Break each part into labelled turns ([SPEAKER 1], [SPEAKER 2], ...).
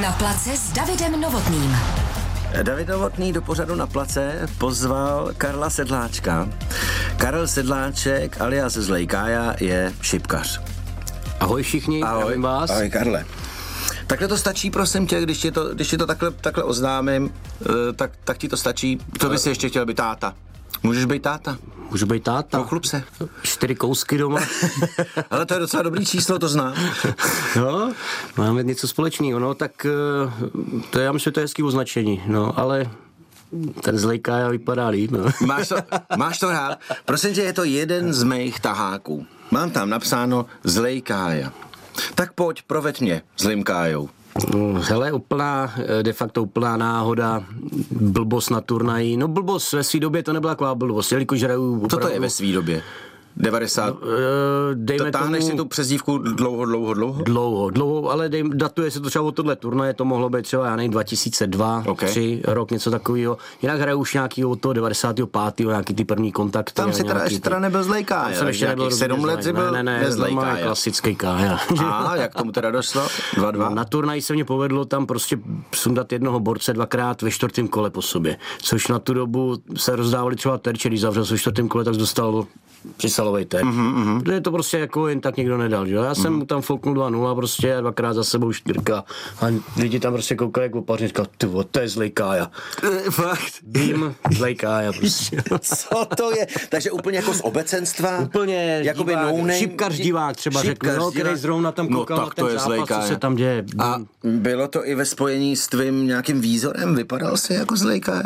[SPEAKER 1] Na place s Davidem Novotným.
[SPEAKER 2] David Novotný do pořadu na place pozval Karla Sedláčka. Karel Sedláček alias Zlejkája je šipkař.
[SPEAKER 3] Ahoj všichni,
[SPEAKER 2] Ahoj.
[SPEAKER 3] zdravím vás.
[SPEAKER 2] Ahoj Karle. Takhle to stačí, prosím tě, když ti to, když ti to takhle, takhle oznámím, eh, tak, tak ti to stačí. Co bys ještě chtěl být táta? Můžeš být táta,
[SPEAKER 3] Můžu být táta.
[SPEAKER 2] pochlup se.
[SPEAKER 3] Čtyři kousky doma.
[SPEAKER 2] Ale to je docela dobrý číslo, to znám.
[SPEAKER 3] no, máme něco společného, no, tak eh, to já myslím, že to je hezký označení, no, ale ten zlejká vypadá líp, no.
[SPEAKER 2] Máš to, máš to rád? Prosím tě, je to jeden z mých taháků. Mám tam napsáno Zlej Kája. Tak pojď, proveď mě Zlým Kájou.
[SPEAKER 3] No, Hele, úplná, eh, de facto úplná náhoda, blbost na turnaji. No blbost, ve své době to nebyla taková blbost, jelikož hraju opravdu...
[SPEAKER 2] Co to je ve své době? 90.
[SPEAKER 3] Eh,
[SPEAKER 2] To
[SPEAKER 3] Dejme
[SPEAKER 2] táhneš si
[SPEAKER 3] tomu...
[SPEAKER 2] tu přezdívku dlouho, dlouho, dlouho?
[SPEAKER 3] Dlouho, dlouho, ale dej, datuje se to třeba od tohle turnaje, to mohlo být třeba, já nevím, 2002,
[SPEAKER 2] Ok.
[SPEAKER 3] 3 rok, něco takového. Jinak hraju už nějaký od toho 95. nějaký ty první kontakty.
[SPEAKER 2] Tam
[SPEAKER 3] a
[SPEAKER 2] si teda,
[SPEAKER 3] nějaký
[SPEAKER 2] ještě
[SPEAKER 3] ty-
[SPEAKER 2] teda nebyl zlej
[SPEAKER 3] Tam
[SPEAKER 2] Kája.
[SPEAKER 3] jsem ještě nebyl rozhodně
[SPEAKER 2] sedm let
[SPEAKER 3] zlej.
[SPEAKER 2] jsi byl
[SPEAKER 3] ne, ne, ne,
[SPEAKER 2] nezlej
[SPEAKER 3] normálně
[SPEAKER 2] Kája.
[SPEAKER 3] klasický kája.
[SPEAKER 2] A jak tomu teda došlo? Dva, dva.
[SPEAKER 3] Na turnaji se mě povedlo tam prostě sundat jednoho borce dvakrát ve čtvrtém kole po sobě, což na tu dobu se rozdávali třeba terče, když zavřel se ve čtvrtém kole, tak jsi dostal přisalovej terč.
[SPEAKER 2] Mhm,
[SPEAKER 3] Mm-hmm. Protože to prostě jako jen tak nikdo nedal. Že? jo? Já jsem mu tam fouknul 2-0 prostě a dvakrát za sebou čtyřka a lidi tam prostě koukají jako opařně, říkal, ty vole, to je zlej kája.
[SPEAKER 2] Fakt.
[SPEAKER 3] Vím, zlej kája prostě.
[SPEAKER 2] Co to je? Takže úplně jako z obecenstva?
[SPEAKER 3] Úplně
[SPEAKER 2] Jakoby
[SPEAKER 3] divák,
[SPEAKER 2] no name-
[SPEAKER 3] šipkař divák třeba
[SPEAKER 2] Šipkař
[SPEAKER 3] řekl, no,
[SPEAKER 2] divák.
[SPEAKER 3] který zrovna tam koukal
[SPEAKER 2] no,
[SPEAKER 3] na
[SPEAKER 2] tak
[SPEAKER 3] ten
[SPEAKER 2] to je
[SPEAKER 3] zápas,
[SPEAKER 2] zlej
[SPEAKER 3] co
[SPEAKER 2] Kája.
[SPEAKER 3] se tam děje.
[SPEAKER 2] A bylo to i ve spojení s tvým nějakým výzorem? Vypadal jsi jako zlejka?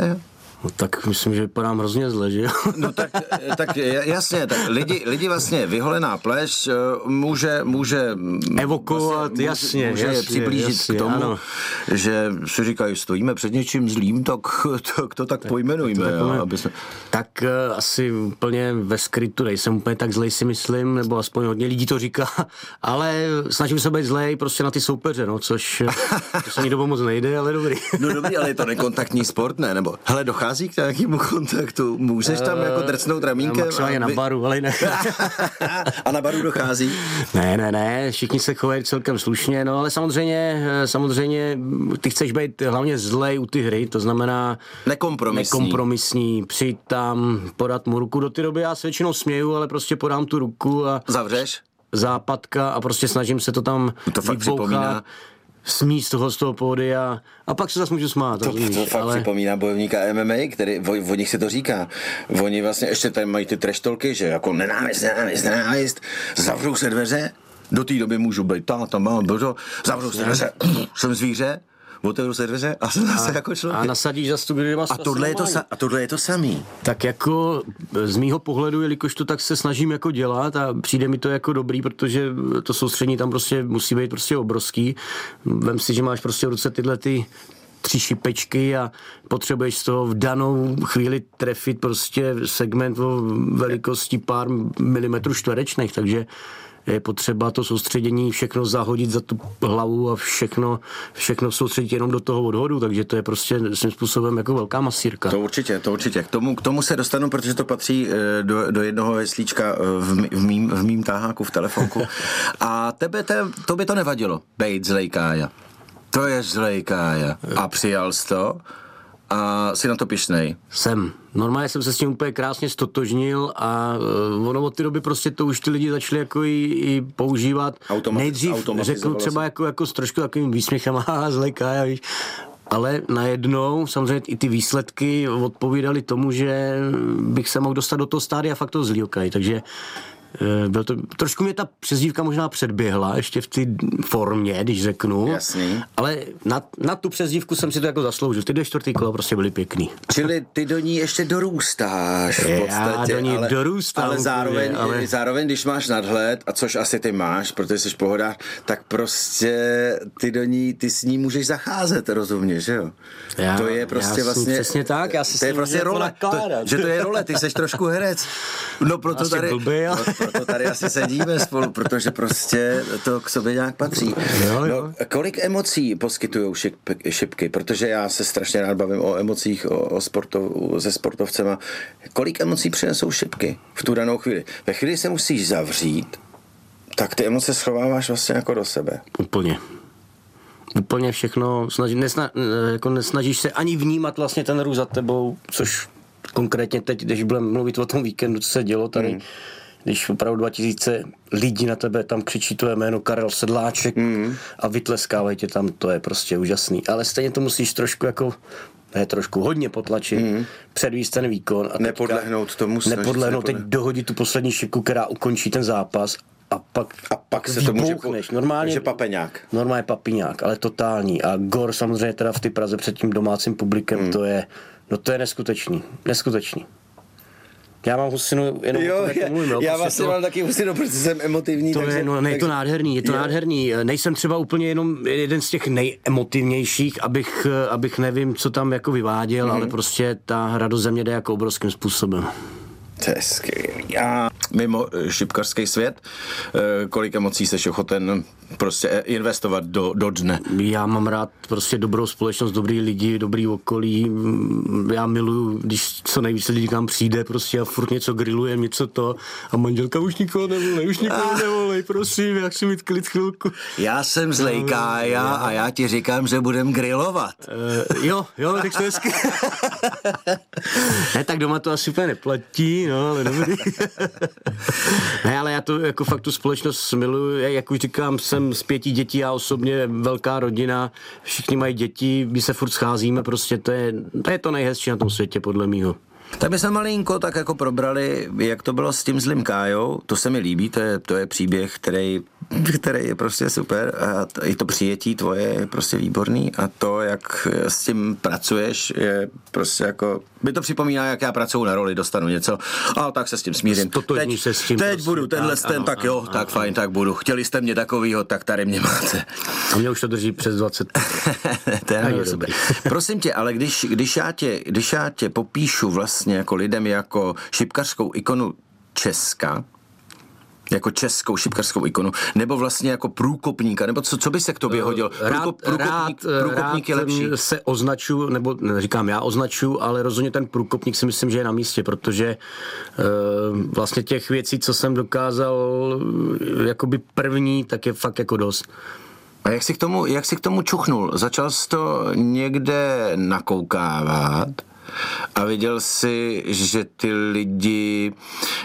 [SPEAKER 3] No, tak myslím, že vypadám hrozně zle, že jo?
[SPEAKER 2] No tak, tak j- jasně, tak lidi, lidi vlastně vyholená pleš eh, může, může mm,
[SPEAKER 3] Evokovat,
[SPEAKER 2] vlastně
[SPEAKER 3] jasně,
[SPEAKER 2] může je
[SPEAKER 3] jasně,
[SPEAKER 2] přiblížit
[SPEAKER 3] jasně,
[SPEAKER 2] k tomu,
[SPEAKER 3] ano.
[SPEAKER 2] že si říkají, stojíme před něčím zlým, tak to, to tak, pojmenujme. jo,
[SPEAKER 3] pojmenujme.
[SPEAKER 2] aby jsme,
[SPEAKER 3] Tak eh, asi úplně ve skrytu nejsem úplně tak zlej si myslím, nebo aspoň hodně lidí to říká, ale snažím se být zlej prostě na ty soupeře, no, což eh, to se mi dobu moc nejde, ale dobrý.
[SPEAKER 2] No dobrý, ale je to nekontaktní sport, ne? Nebo, hele, dochází k nějakému kontaktu? Můžeš tam jako
[SPEAKER 3] Eh,
[SPEAKER 2] drcnout ramínkem?
[SPEAKER 3] Maximálně
[SPEAKER 2] a
[SPEAKER 3] no, na
[SPEAKER 2] vy-
[SPEAKER 3] baru, ale jinak.
[SPEAKER 2] a na baru dochází?
[SPEAKER 3] Ne, ne, ne, všichni se chovají celkem slušně, no ale samozřejmě, eh, samozřejmě mm, ty chceš být hlavně zlej u ty hry, to znamená
[SPEAKER 2] Nekompromisní.
[SPEAKER 3] nekompromisní, přijít tam, podat mu ruku, do té doby já se většinou směju, ale prostě podám tu ruku a
[SPEAKER 2] Zavřeš?
[SPEAKER 3] západka a prostě snažím se to tam
[SPEAKER 2] No To fakt
[SPEAKER 3] vybouchat,
[SPEAKER 2] připomíná-
[SPEAKER 3] smíst toho z toho pódy a, a pak se zase můžu smát,
[SPEAKER 2] To,
[SPEAKER 3] rozumíš,
[SPEAKER 2] to fakt ale...
[SPEAKER 3] Hm, ale
[SPEAKER 2] připomíná bojovníka MMA, který, o, o nich se to říká. Oni vlastně ještě tady mají ty treštolky, že jako nenávist, nenávist, nenávist, zavřou se dveře, do té doby můžu být tam, tam, mám, božo, zavřou se dveře, jsem zvíře, otevřu se dveře a jsem zase jako
[SPEAKER 3] a
[SPEAKER 2] člověk.
[SPEAKER 3] nasadíš za tu dvěma
[SPEAKER 2] A tohle, je to, sa- a tohle je to samý.
[SPEAKER 3] Tak jako e, z mýho pohledu, jelikož to tak se snažím jako dělat a přijde mi to jako dobrý, protože to soustředění tam prostě musí být prostě obrovský. Vem si, že máš prostě v ruce tyhle ty tři šipečky a potřebuješ z toho v danou chvíli trefit prostě segment o velikosti pár milimetrů čtverečných, takže je potřeba to soustředění všechno zahodit za tu hlavu a všechno, všechno soustředit jenom do toho odhodu, takže to je prostě svým způsobem jako velká masírka.
[SPEAKER 2] To určitě, to určitě. K tomu, k tomu se dostanu, protože to patří eh, do, do jednoho heslíčka eh, v, mý- v, mým, v mým táháku, v telefonku. A tebe, te, to by to nevadilo, bejt zlej Kája. To je zlej Kája. A přijal jsi to a jsi na to pišnej.
[SPEAKER 3] Jsem. Normálně jsem se s tím úplně krásně stotožnil a uh, ono od té doby prostě to už ty lidi začali jako i, i používat.
[SPEAKER 2] Automati-
[SPEAKER 3] Nejdřív
[SPEAKER 2] automatizovalo
[SPEAKER 3] řeknu třeba
[SPEAKER 2] se.
[SPEAKER 3] jako, jako s trošku takovým výsměchem, a zleká, víš. Ale najednou samozřejmě i ty výsledky odpovídaly tomu, že bych se mohl dostat do toho stádia fakt toho zlíokaj, takže eh, byl to, trošku mě ta přezdívka možná předběhla ještě v té formě, když řeknu.
[SPEAKER 2] Jasný.
[SPEAKER 3] Ale na, na, tu přezdívku jsem si to jako zasloužil. Ty dvě čtvrtý kola prostě byly pěkný.
[SPEAKER 2] Čili ty do ní ještě dorůstáš v
[SPEAKER 3] Já
[SPEAKER 2] podstatě.
[SPEAKER 3] do ní
[SPEAKER 2] ale,
[SPEAKER 3] dorůstám
[SPEAKER 2] Ale
[SPEAKER 3] úplně,
[SPEAKER 2] zároveň, ale...
[SPEAKER 3] ale-
[SPEAKER 2] zároveň, když máš nadhled, a což asi ty máš, protože jsi pohodář, tak prostě ty do ní, ty s ní můžeš zacházet, rozumně, že jo?
[SPEAKER 3] Já-
[SPEAKER 2] to je
[SPEAKER 3] já
[SPEAKER 2] prostě
[SPEAKER 3] s ní
[SPEAKER 2] vlastně...
[SPEAKER 3] přesně tak, já si s
[SPEAKER 2] To je
[SPEAKER 3] ní
[SPEAKER 2] prostě
[SPEAKER 3] můžu
[SPEAKER 2] role,
[SPEAKER 3] jako
[SPEAKER 2] to,
[SPEAKER 3] nakládat.
[SPEAKER 2] že to je role, ty jsi trošku herec. No proto
[SPEAKER 3] Asi
[SPEAKER 2] tady...
[SPEAKER 3] blbý, ale-
[SPEAKER 2] pro- Proto tady asi sedíme spolu, protože prostě to k sobě nějak patří.
[SPEAKER 3] Jo, jo.
[SPEAKER 2] No, Kolik emocí poskytují šip, šipky? Protože já se strašně rád bavím o emocích o, o sportov, se sportovcema. Kolik emocí přinesou šipky v tu danou chvíli? Ve chvíli, kdy se musíš zavřít, tak ty emoce schováváš vlastně jako do sebe.
[SPEAKER 3] Úplně. úplně všechno, snaží, nesna, jako nesnažíš se ani vnímat vlastně ten růst za tebou, což konkrétně teď, když budeme mluvit o tom víkendu, co se dělo tady, hmm. když opravdu 2000 lidí na tebe tam křičí tvoje jméno Karel Sedláček hmm. a vytleskávají tě tam, to je prostě úžasný. Ale stejně to musíš trošku jako ne trošku, hodně potlačit, mm. předvíst ten výkon. A teďka
[SPEAKER 2] Hmm. Nepodlehnout tomu, snažit se jako
[SPEAKER 3] Nepodlehnout, teď
[SPEAKER 2] nepodlehnout.
[SPEAKER 3] dohodit tu poslední šiku, která ukončí ten zápas a pak
[SPEAKER 2] A pak se to může... po-
[SPEAKER 3] vybouchneš. Normálně,
[SPEAKER 2] Takže papeňák.
[SPEAKER 3] Normálně papiňák, ale totální. A Gor samozřejmě teda v ty Praze před tím domácím publikem, hmm. to je, no to je neskutečný. Neskutečný. Já mám husinu jenom No, o tom, jak mluvím, jo, prostě to-
[SPEAKER 2] taky husinu, protože jsem emotivní.
[SPEAKER 3] to je, no, ne, je to nádherný, je to
[SPEAKER 2] Jo.
[SPEAKER 3] nádherný. Nejsem třeba úplně jenom jeden z těch nejemotivnějších, abych, eh, abych nevím, co tam jako vyváděl, mm-hmm. ale prostě ta hra do země jde jako obrovským způsobem.
[SPEAKER 2] To je skvělý. A mimo eh, šipkařský svět, eh, kolik emocí seš ochoten prostě eh, investovat do, do dne?
[SPEAKER 3] Já mám rád prostě dobrou společnost, dobrý lidi, dobrý okolí. Mm, Já miluju, když co nejvíce lidí tam přijde prostě a furt něco grilluje, něco to. A manželka už nikoho nevolej, už nikoho nevolej, prosím, já chci mít klid chvilku.
[SPEAKER 2] Já jsem z Lejkája a já ti říkám, že budem grilovat.
[SPEAKER 3] Uh, jo, jo, tak to je hezky. ne, tak doma to asi úplně neplatí, no, ale dobrý. ne, ale já to jako fakt tu společnost miluju, Já, jak už říkám, jsem z pěti dětí, já osobně velká rodina, všichni mají děti, my se furt scházíme, prostě to je to, je to nejhezčí na tom světě, podle mýho.
[SPEAKER 2] Tak bychom malinko tak jako probrali, jak to bylo s tím zlým Kájou. To se mi líbí, to je, to je příběh, který, který je prostě super. A t- i to přijetí tvoje je prostě výborný. A to, jak s tím pracuješ, je prostě jako... By to připomíná, jak já pracuji na roli, dostanu něco. A tak se s tím smířím.
[SPEAKER 3] Stotožníš se s tím
[SPEAKER 2] teď
[SPEAKER 3] prostě,
[SPEAKER 2] budu tenhle
[SPEAKER 3] tak,
[SPEAKER 2] tak, ten,
[SPEAKER 3] ano,
[SPEAKER 2] tak
[SPEAKER 3] ano,
[SPEAKER 2] jo,
[SPEAKER 3] ano,
[SPEAKER 2] tak fajn, tak budu. Chtěli jste mě takovýho, tak tady mě máte.
[SPEAKER 3] A mě už to drží přes 20.
[SPEAKER 2] to je
[SPEAKER 3] Tak je
[SPEAKER 2] ale super. Prosím tě, ale když, když, já tě, když já tě popíšu vlastně jako lidem jako šipkařskou ikonu Česka, jako českou šipkařskou ikonu, nebo vlastně jako průkopníka, nebo co, co by se k tobě hodil? Průkop, průkopník,
[SPEAKER 3] Eh, rád, eh,
[SPEAKER 2] průkopník je
[SPEAKER 3] rád
[SPEAKER 2] lepší.
[SPEAKER 3] se označu, nebo říkám já označu, ale rozhodně ten průkopník si myslím, že je na místě, protože e, vlastně těch věcí, co jsem dokázal eh, jakoby první, tak je fakt jako dost.
[SPEAKER 2] A jak jsi, k tomu, jak jsi k tomu čuchnul? Začal jsi to někde nakoukávat a viděl jsi, že ty lidi,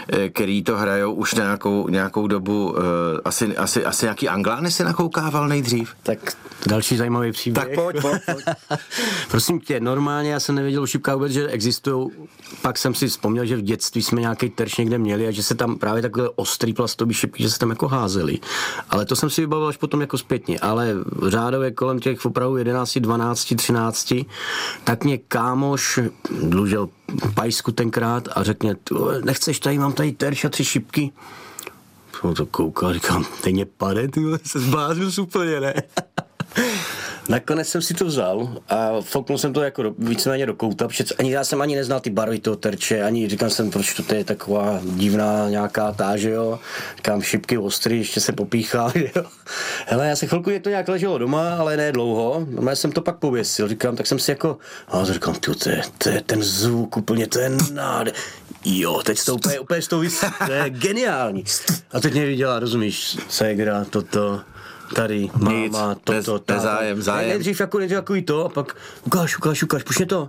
[SPEAKER 2] eh, který to hrajou už nějakou, nějakou dobu, eh, asi, asi, asi nějaký anglány si nakoukával nejdřív?
[SPEAKER 3] Tak další zajímavý příběh.
[SPEAKER 2] Tak pojď, pojď, pojď.
[SPEAKER 3] Prosím tě, normálně já jsem nevěděl o šipkách vůbec, že existují. Pak jsem si vzpomněl, že v dětství jsme nějaký terč někde měli a že se tam právě takové ostrý plastový šipky, že se tam jako házely. Ale to jsem si vybavil až potom jako zpětně. Ale řádově kolem těch opravdu 11, 12, 13, tak mě kámoš dlužil pajsku tenkrát a řekne, "Tu, nechceš tady, mám tady terč a tři šipky. Jsem na to koukal, říkám, teď mě pade, ty vole, se zbláznil úplně, ne? Nakonec jsem si to vzal a fouknul jsem to jako do, víceméně do kouta, protože ani já jsem ani neznal ty barvy toho terče, ani říkal jsem, proč to je taková divná nějaká ta, že jo, říkám šipky ostrý, ještě se popíchá, že jo. Hele, já se chvilku je to nějak leželo doma, ale ne dlouho, no já jsem to pak pověsil, říkám, tak jsem si jako, a říkám, ty, to je, to je ten zvuk úplně, to je nád. Jo, teď to úplně, úplně to, to je geniální. A teď mě viděla, rozumíš, Segra, toto, tady, máma,
[SPEAKER 2] Nic,
[SPEAKER 3] toto,
[SPEAKER 2] nez-
[SPEAKER 3] tamto.
[SPEAKER 2] nezájem, zájem.
[SPEAKER 3] Ne, nejdřív jako nejdřív takový to a pak ukáž, ukáž, ukáž, pušně to.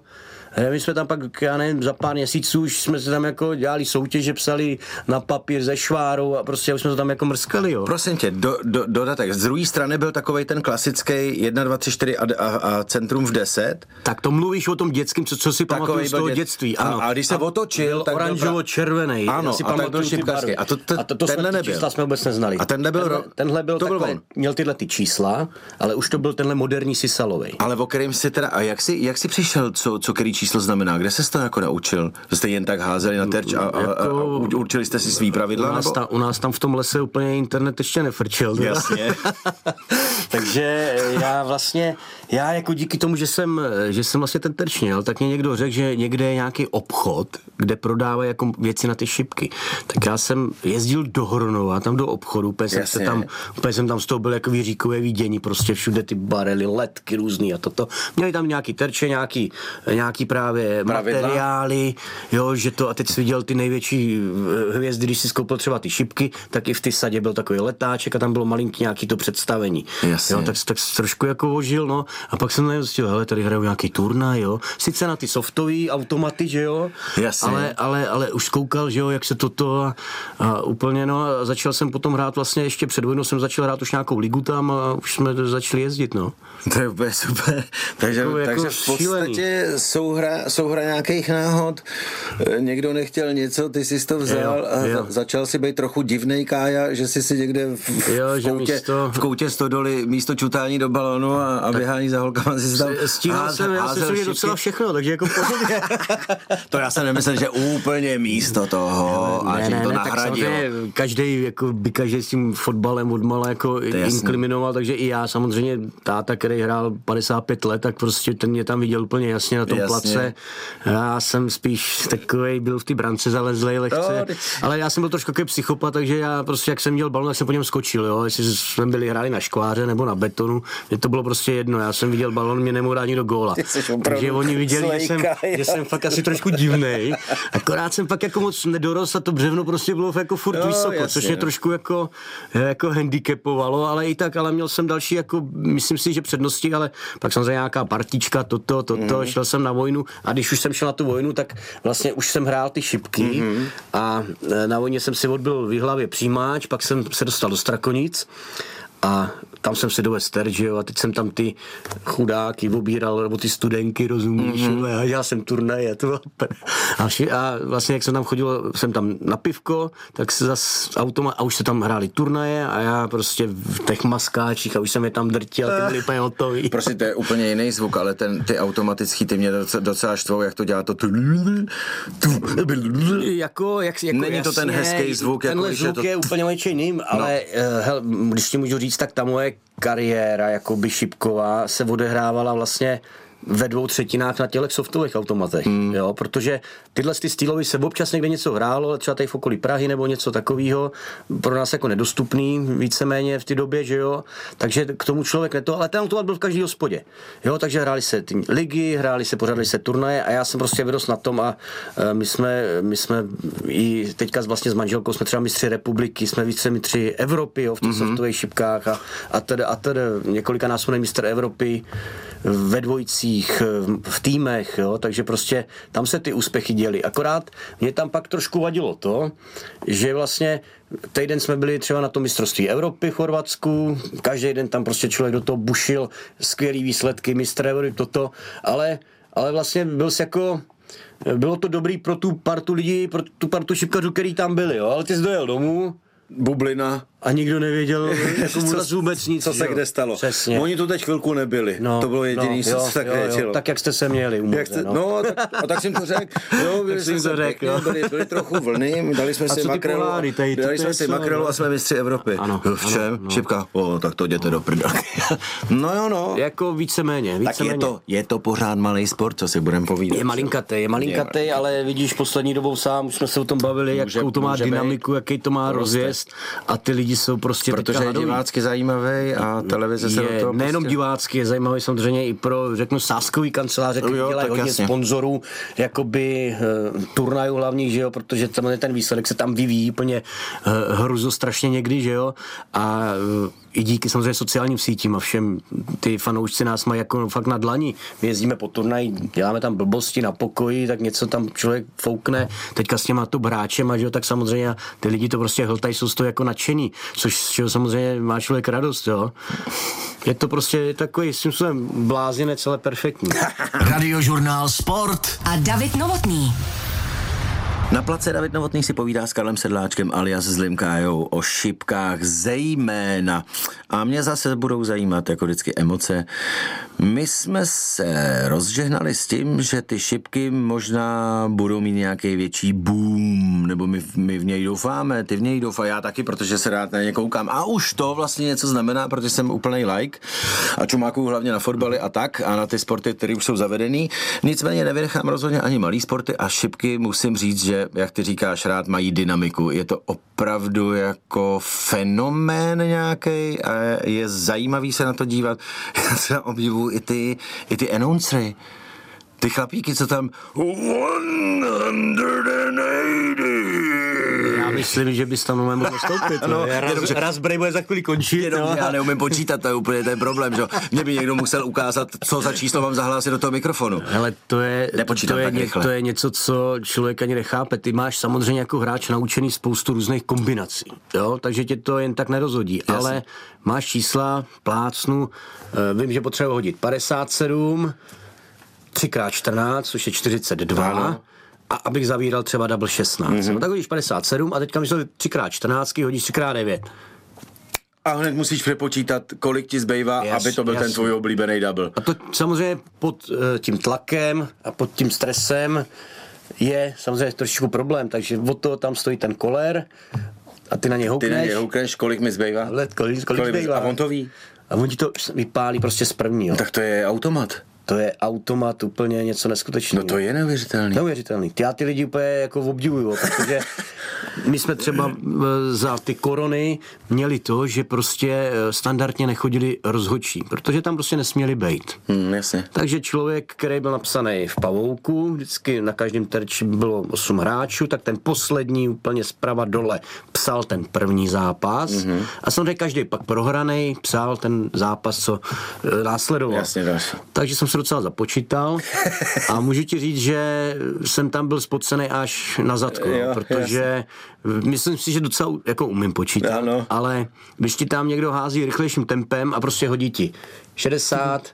[SPEAKER 3] A My jsme tam pak, já nevím, za pár měsíců už jsme se tam jako dělali soutěže, psali na papír ze švárou a prostě už jsme to tam jako mrskali, jo.
[SPEAKER 2] Prosím tě, do, do, dodatek. Z druhé strany byl takový ten klasický 1, 2, 3, 4 a, d- a, a centrum v 10.
[SPEAKER 3] Tak to mluvíš o tom dětském, co, co si pamatuju
[SPEAKER 2] Takovej
[SPEAKER 3] z toho
[SPEAKER 2] byl dět-
[SPEAKER 3] dětství.
[SPEAKER 2] A-
[SPEAKER 3] Ano.
[SPEAKER 2] a když se otočil,
[SPEAKER 3] byl
[SPEAKER 2] tak byl
[SPEAKER 3] oranžovo-červený.
[SPEAKER 2] Ano,
[SPEAKER 3] Já si
[SPEAKER 2] a tak byl
[SPEAKER 3] pamatuju ty
[SPEAKER 2] šipkařský.
[SPEAKER 3] barvy.
[SPEAKER 2] A to- to-
[SPEAKER 3] a to, to
[SPEAKER 2] tenhle
[SPEAKER 3] jsme, ty
[SPEAKER 2] nebyl.
[SPEAKER 3] čísla jsme vůbec neznali.
[SPEAKER 2] A tenhle byl
[SPEAKER 3] tenhle,
[SPEAKER 2] ro-
[SPEAKER 3] tenhle byl,
[SPEAKER 2] to byl
[SPEAKER 3] takhle,
[SPEAKER 2] on.
[SPEAKER 3] měl tyhle ty čísla, ale už to byl tenhle moderní Sisalovej.
[SPEAKER 2] Ale o kterým si teda, a jak jsi, jak jsi přišel, co, co který číslo znamená? Kde jsi to jako naučil? Jste jen tak házeli na terč a, a, a, a
[SPEAKER 3] Jako-
[SPEAKER 2] u- určili jste si svý
[SPEAKER 3] U
[SPEAKER 2] pravidla?
[SPEAKER 3] nás,
[SPEAKER 2] Nebo?
[SPEAKER 3] ta, u nás tam v tom lese úplně internet ještě nefrčil. teda.
[SPEAKER 2] Jasně.
[SPEAKER 3] Takže já vlastně, já jako díky tomu, že jsem, že jsem vlastně ten terč měl, tak mě někdo řekl, že někde je nějaký obchod, kde prodávají jako věci na ty šipky. Tak já jsem jezdil do Hronova, tam do obchodu, úplně jsem, se
[SPEAKER 2] Jasně.
[SPEAKER 3] tam, úplně jsem tam z toho byl takový říkové vidění, prostě všude ty barely, letky různý a toto. Měli tam nějaký terče, nějaký, nějaký právě
[SPEAKER 2] Pravidla.
[SPEAKER 3] materiály, jo, že to, a teď jsi viděl ty největší eh, hvězdy, když si skoupil třeba ty šipky, tak i v ty sadě byl takový letáček a tam bylo malinký nějaký to představení.
[SPEAKER 2] Jasně.
[SPEAKER 3] Jo, tak, tak trošku jako ožil, no, a pak jsem najednou zjistil, hele, tady hrajou nějaký turnaj, jo, sice na ty softový automaty, že jo,
[SPEAKER 2] Jasně.
[SPEAKER 3] ale, ale, ale už koukal, že jo, jak se toto a, a úplně, no, a začal jsem potom hrát vlastně ještě před vojnou, jsem začal hrát už nějakou ligu tam a už jsme začali jezdit, no.
[SPEAKER 2] To je úplně super. Takže,
[SPEAKER 3] Jako- jako
[SPEAKER 2] takže v
[SPEAKER 3] šílený.
[SPEAKER 2] podstatě souhra, souhra nějakých náhod. Eh, Někdo nechtěl něco, ty jsi to vzal
[SPEAKER 3] Jo,
[SPEAKER 2] a
[SPEAKER 3] jo.
[SPEAKER 2] za- začal si být trochu divnej, Kája, že jsi si někde v, v,
[SPEAKER 3] Jo,
[SPEAKER 2] v,
[SPEAKER 3] že
[SPEAKER 2] koutě,
[SPEAKER 3] místo-
[SPEAKER 2] v koutě stodoly místo čutání do balonu a, a běhání za holkama si tam
[SPEAKER 3] Stíhal
[SPEAKER 2] ház-
[SPEAKER 3] jsem, já jsem
[SPEAKER 2] házel
[SPEAKER 3] si
[SPEAKER 2] šipky.
[SPEAKER 3] docela všechno, takže jako podobně.
[SPEAKER 2] To já jsem nemyslel, že úplně místo toho No, a že to nahradil.
[SPEAKER 3] každý, jako by každý s tím fotbalem odmala jako
[SPEAKER 2] jasný.
[SPEAKER 3] inkriminoval, takže i já samozřejmě, táta, který hrál 55 let, tak prostě ten mě tam viděl úplně jasně na tom
[SPEAKER 2] Jasně.
[SPEAKER 3] jasně. place. Já jsem spíš takový byl v té brance zalezlej
[SPEAKER 2] No,
[SPEAKER 3] lehce,
[SPEAKER 2] teď-
[SPEAKER 3] ale já jsem byl trošku takový psychopat, takže já prostě, jak jsem měl balon, tak jsem po něm skočil, jo, jestli jsme byli hráli na škváře nebo na betonu, mě to bylo prostě jedno, já jsem viděl balon, mě nemohl dát ani do góla.
[SPEAKER 2] Ty jsi opravdu
[SPEAKER 3] Takže oni viděli, že jsem,
[SPEAKER 2] zlejka,
[SPEAKER 3] že
[SPEAKER 2] jo.
[SPEAKER 3] jsem fakt asi trošku divnej. Akorát jsem pak jako moc nedorost a to břevno prostě bylo jako furt
[SPEAKER 2] No,
[SPEAKER 3] vysoko,
[SPEAKER 2] jasně,
[SPEAKER 3] což mě
[SPEAKER 2] no.
[SPEAKER 3] trošku jako, jako handicapovalo, ale i tak, ale měl jsem další jako, myslím si, že přednosti, ale pak samozřejmě nějaká partička, toto, toto,
[SPEAKER 2] Mhm.
[SPEAKER 3] mm. šel jsem na vojnu a když už jsem šel na tu vojnu, tak vlastně už jsem hrál ty šipky
[SPEAKER 2] Mhm.
[SPEAKER 3] mm. a eh, na vojně jsem si odbil v hlavě přijímáč, pak jsem se dostal do Strakonic a tam jsem si dovez terč, že jo, a teď jsem tam ty chudáky obíral, nebo ty studenky, rozumíš, mm-hmm. a já jsem turnaje, to bylo pr- a, vši, a vlastně jak jsem tam chodil, jsem tam na pivko, tak se zas automa, a už se tam hráli turnaje a já prostě v těch maskáčích a už jsem je tam drtil, ty byli úplně hotový.
[SPEAKER 2] Prostě to je úplně jiný zvuk, ale ten, ty automatický, ty mě docela, docela štvou, jak to dělá to. tu- tu-
[SPEAKER 3] Jako, jak, jako
[SPEAKER 2] Není to ten hezký zvuk, jako
[SPEAKER 3] Tenhle
[SPEAKER 2] když je
[SPEAKER 3] zvuk
[SPEAKER 2] to- No.
[SPEAKER 3] je, úplně něčím jiným, ale eh, hel, když ti můžu říct, tak ta moje kariéra jako by šipková se odehrávala vlastně ve dvou třetinách na tělech softových automatech,
[SPEAKER 2] Hmm.
[SPEAKER 3] mm. jo, protože tyhle ty stylovy se občas někde něco hrálo, ale třeba tady v okolí Prahy nebo něco takového, pro nás jako nedostupný víceméně v té době, že jo, takže k tomu člověk neto, ale ten automat byl v každý hospodě, jo, takže hráli se ty ligy, hráli se, pořádali se turnaje a já jsem prostě vyrost na tom a eh, my jsme, my jsme i teďka s- vlastně s manželkou jsme třeba mistři republiky, jsme více mistři Evropy, jo, v těch mm-hmm. softových šipkách a, a tedy, a tedy několika násobný mistr Evropy ve dvojicích, eh, v týmech, jo, takže prostě tam se ty úspěchy děly. Akorát mě tam pak trošku vadilo to, že vlastně týden jsme byli třeba na tom mistrovství Evropy v Chorvatsku, každý den tam prostě člověk do toho bušil, skvělý výsledky, mistr Evropy, toto, ale, ale vlastně byl jsi jako bylo to dobrý pro tu partu lidí, pro tu partu šipkařů, který tam byli, jo? ale ty jsi dojel domů
[SPEAKER 2] Bublina.
[SPEAKER 3] a nikdo nevěděl, jako mu zas vůbec nic.
[SPEAKER 2] co se
[SPEAKER 3] jo.
[SPEAKER 2] kde stalo.
[SPEAKER 3] Přesně.
[SPEAKER 2] Oni tu teď chvilku nebyli. No, to bylo jediný, no, co se tak řečilo.
[SPEAKER 3] Tak jak jste se měli,
[SPEAKER 2] Jak jste, no. no, tak, a tak jsem to řekl. Jo, byli
[SPEAKER 3] jsi
[SPEAKER 2] jsme
[SPEAKER 3] jim to
[SPEAKER 2] se
[SPEAKER 3] řekl,
[SPEAKER 2] pěkně,
[SPEAKER 3] jo.
[SPEAKER 2] byli, byli trochu vlny, dali jsme
[SPEAKER 3] A
[SPEAKER 2] si
[SPEAKER 3] co ty
[SPEAKER 2] makrelu.
[SPEAKER 3] poláry tady, to
[SPEAKER 2] dali
[SPEAKER 3] to
[SPEAKER 2] jsme
[SPEAKER 3] je
[SPEAKER 2] si
[SPEAKER 3] co,
[SPEAKER 2] makrelu
[SPEAKER 3] no.
[SPEAKER 2] a jsme mistři Evropy.
[SPEAKER 3] Ano,
[SPEAKER 2] v čem?
[SPEAKER 3] ano, no.
[SPEAKER 2] Šipka. O, tak to jděte do prdele. no jo, no.
[SPEAKER 3] Jako víceméně, víceméně.
[SPEAKER 2] tak je to, je to pořád malý sport, co si budeme povídat.
[SPEAKER 3] Je malinkatý, je malinkatý, ale vidíš poslední dobou sám, už jsme se o tom bavili,
[SPEAKER 2] Může-
[SPEAKER 3] jakou to má
[SPEAKER 2] může být.
[SPEAKER 3] dynamiku, jaký to má rozjezd a ty lidi jsou prostě teďka
[SPEAKER 2] Protože je
[SPEAKER 3] hladoví.
[SPEAKER 2] divácky zajímavý a televize se do
[SPEAKER 3] je
[SPEAKER 2] toho
[SPEAKER 3] nejenom
[SPEAKER 2] prostě-
[SPEAKER 3] divácky, je zajímavý samozřejmě i pro, řeknu, sáskový kanceláře, který
[SPEAKER 2] Jo,
[SPEAKER 3] dělají
[SPEAKER 2] tak
[SPEAKER 3] hodně
[SPEAKER 2] jasně.
[SPEAKER 3] sponzorů, jakoby eh, turnajů hlavních, že jo, protože tam ten výsledek se tam vyvíjí úplně eh, hruzo strašně někdy, že jo, a eh, i díky samozřejmě sociálním sítím a všem ty fanoušci nás mají jako fakt na dlani. My jezdíme po turnaji, děláme tam blbosti na pokoji, tak něco tam člověk foukne, teďka s těma top hráčema, že jo, tak samozřejmě ty lidi to prostě hltají, jsou z toho jako nadšený, což z čeho samozřejmě má člověk radost, jo. Je to prostě takový svým způsobem blázinec, ale perfektní.
[SPEAKER 4] Radiožurnál Sport.
[SPEAKER 1] A David Novotný.
[SPEAKER 2] Na place David Novotný si povídá s Karlem Sedláčkem alias Zlim Kájou o šipkách zejména. A mě zase budou zajímat jako vždycky emoce. My jsme se rozžehnali s tím, že ty šipky možná budou mít nějaký větší boom, nebo my, my v něj doufáme, ty v něj doufá, já taky, protože se rád na ně koukám. A už to vlastně něco znamená, protože jsem úplný like a čumákuju hlavně na fotbaly a tak a na ty sporty, které už jsou zavedený. Nicméně nevynechám rozhodně ani malý sporty a šipky musím říct, že že, jak ty říkáš, rád mají dynamiku. Je to opravdu jako fenomén nějaký a je- je zajímavý se na to dívat. Já třeba obdivuju i ty, i ty announcery. Ty chlapíky, co tam 180
[SPEAKER 3] Já myslím, že bys tam nemohl zastoupit.
[SPEAKER 2] Ano,
[SPEAKER 3] no,
[SPEAKER 2] jenom,
[SPEAKER 3] raz,
[SPEAKER 2] že-
[SPEAKER 3] raz Brej bude za chvíli končit.
[SPEAKER 2] Jenom,
[SPEAKER 3] no.
[SPEAKER 2] já neumím počítat, to je úplně ten problém, že jo. Mě by někdo musel ukázat, co za číslo mám zahlásit do toho mikrofonu.
[SPEAKER 3] Ale to je,
[SPEAKER 2] Nepočítám
[SPEAKER 3] to, je
[SPEAKER 2] tak rychle.
[SPEAKER 3] to je něco, co člověk ani nechápe. Ty máš samozřejmě jako hráč naučený spoustu různých kombinací, jo? takže tě to jen tak nerozhodí. Jasně. Ale máš čísla, plácnu, eh, vím, že potřebuji hodit 57, 3x14, což je 42.
[SPEAKER 2] Ano. Mhm.
[SPEAKER 3] A abych zavíral třeba double 16. Mm-hmm. No, tak hodíš 57 a teďka mi to 3x14, hodíš 3x9.
[SPEAKER 2] A hned musíš přepočítat, kolik ti zbývá,
[SPEAKER 3] Jas-
[SPEAKER 2] aby to byl ten
[SPEAKER 3] jasně.
[SPEAKER 2] tvůj oblíbený double.
[SPEAKER 3] A to samozřejmě pod eh, tím tlakem a pod tím stresem je samozřejmě trošičku problém, takže od toho tam stojí ten koler a ty na něj
[SPEAKER 2] Ty na
[SPEAKER 3] houkneš.
[SPEAKER 2] něj houkneš, kolik mi zbývá?
[SPEAKER 3] Ale kolik, kolik,
[SPEAKER 2] Kolik mi-
[SPEAKER 3] kolik
[SPEAKER 2] a on to ví?
[SPEAKER 3] A on ti to ps- vypálí prostě z prvního.
[SPEAKER 2] Tak to je automat.
[SPEAKER 3] To je automat úplně něco neskutečného.
[SPEAKER 2] No to je neuvěřitelný.
[SPEAKER 3] Neuvěřitelný. Já ty lidi úplně jako obdivuju, protože my jsme třeba eh, za ty korony měli to, že prostě eh, standardně nechodili rozhodčí, protože tam prostě nesměli být.
[SPEAKER 2] Hm, jasně.
[SPEAKER 3] Takže člověk, který byl napsaný v pavouku, vždycky na každém terči bylo 8 hráčů, tak ten poslední úplně zprava dole psal ten první zápas. Mm-hmm. A samozřejmě každý pak prohraný psal ten zápas, co e, následoval.
[SPEAKER 2] Jasně, další.
[SPEAKER 3] Takže jsem se docela započítal a můžu ti říct, že jsem tam byl spocený až na zadku,
[SPEAKER 2] Jo,
[SPEAKER 3] jo, protože jasný. myslím si, že docela jako umím počítat,
[SPEAKER 2] Ano.
[SPEAKER 3] ale když ti tam někdo hází rychlejším tempem a prostě hodí ti 60,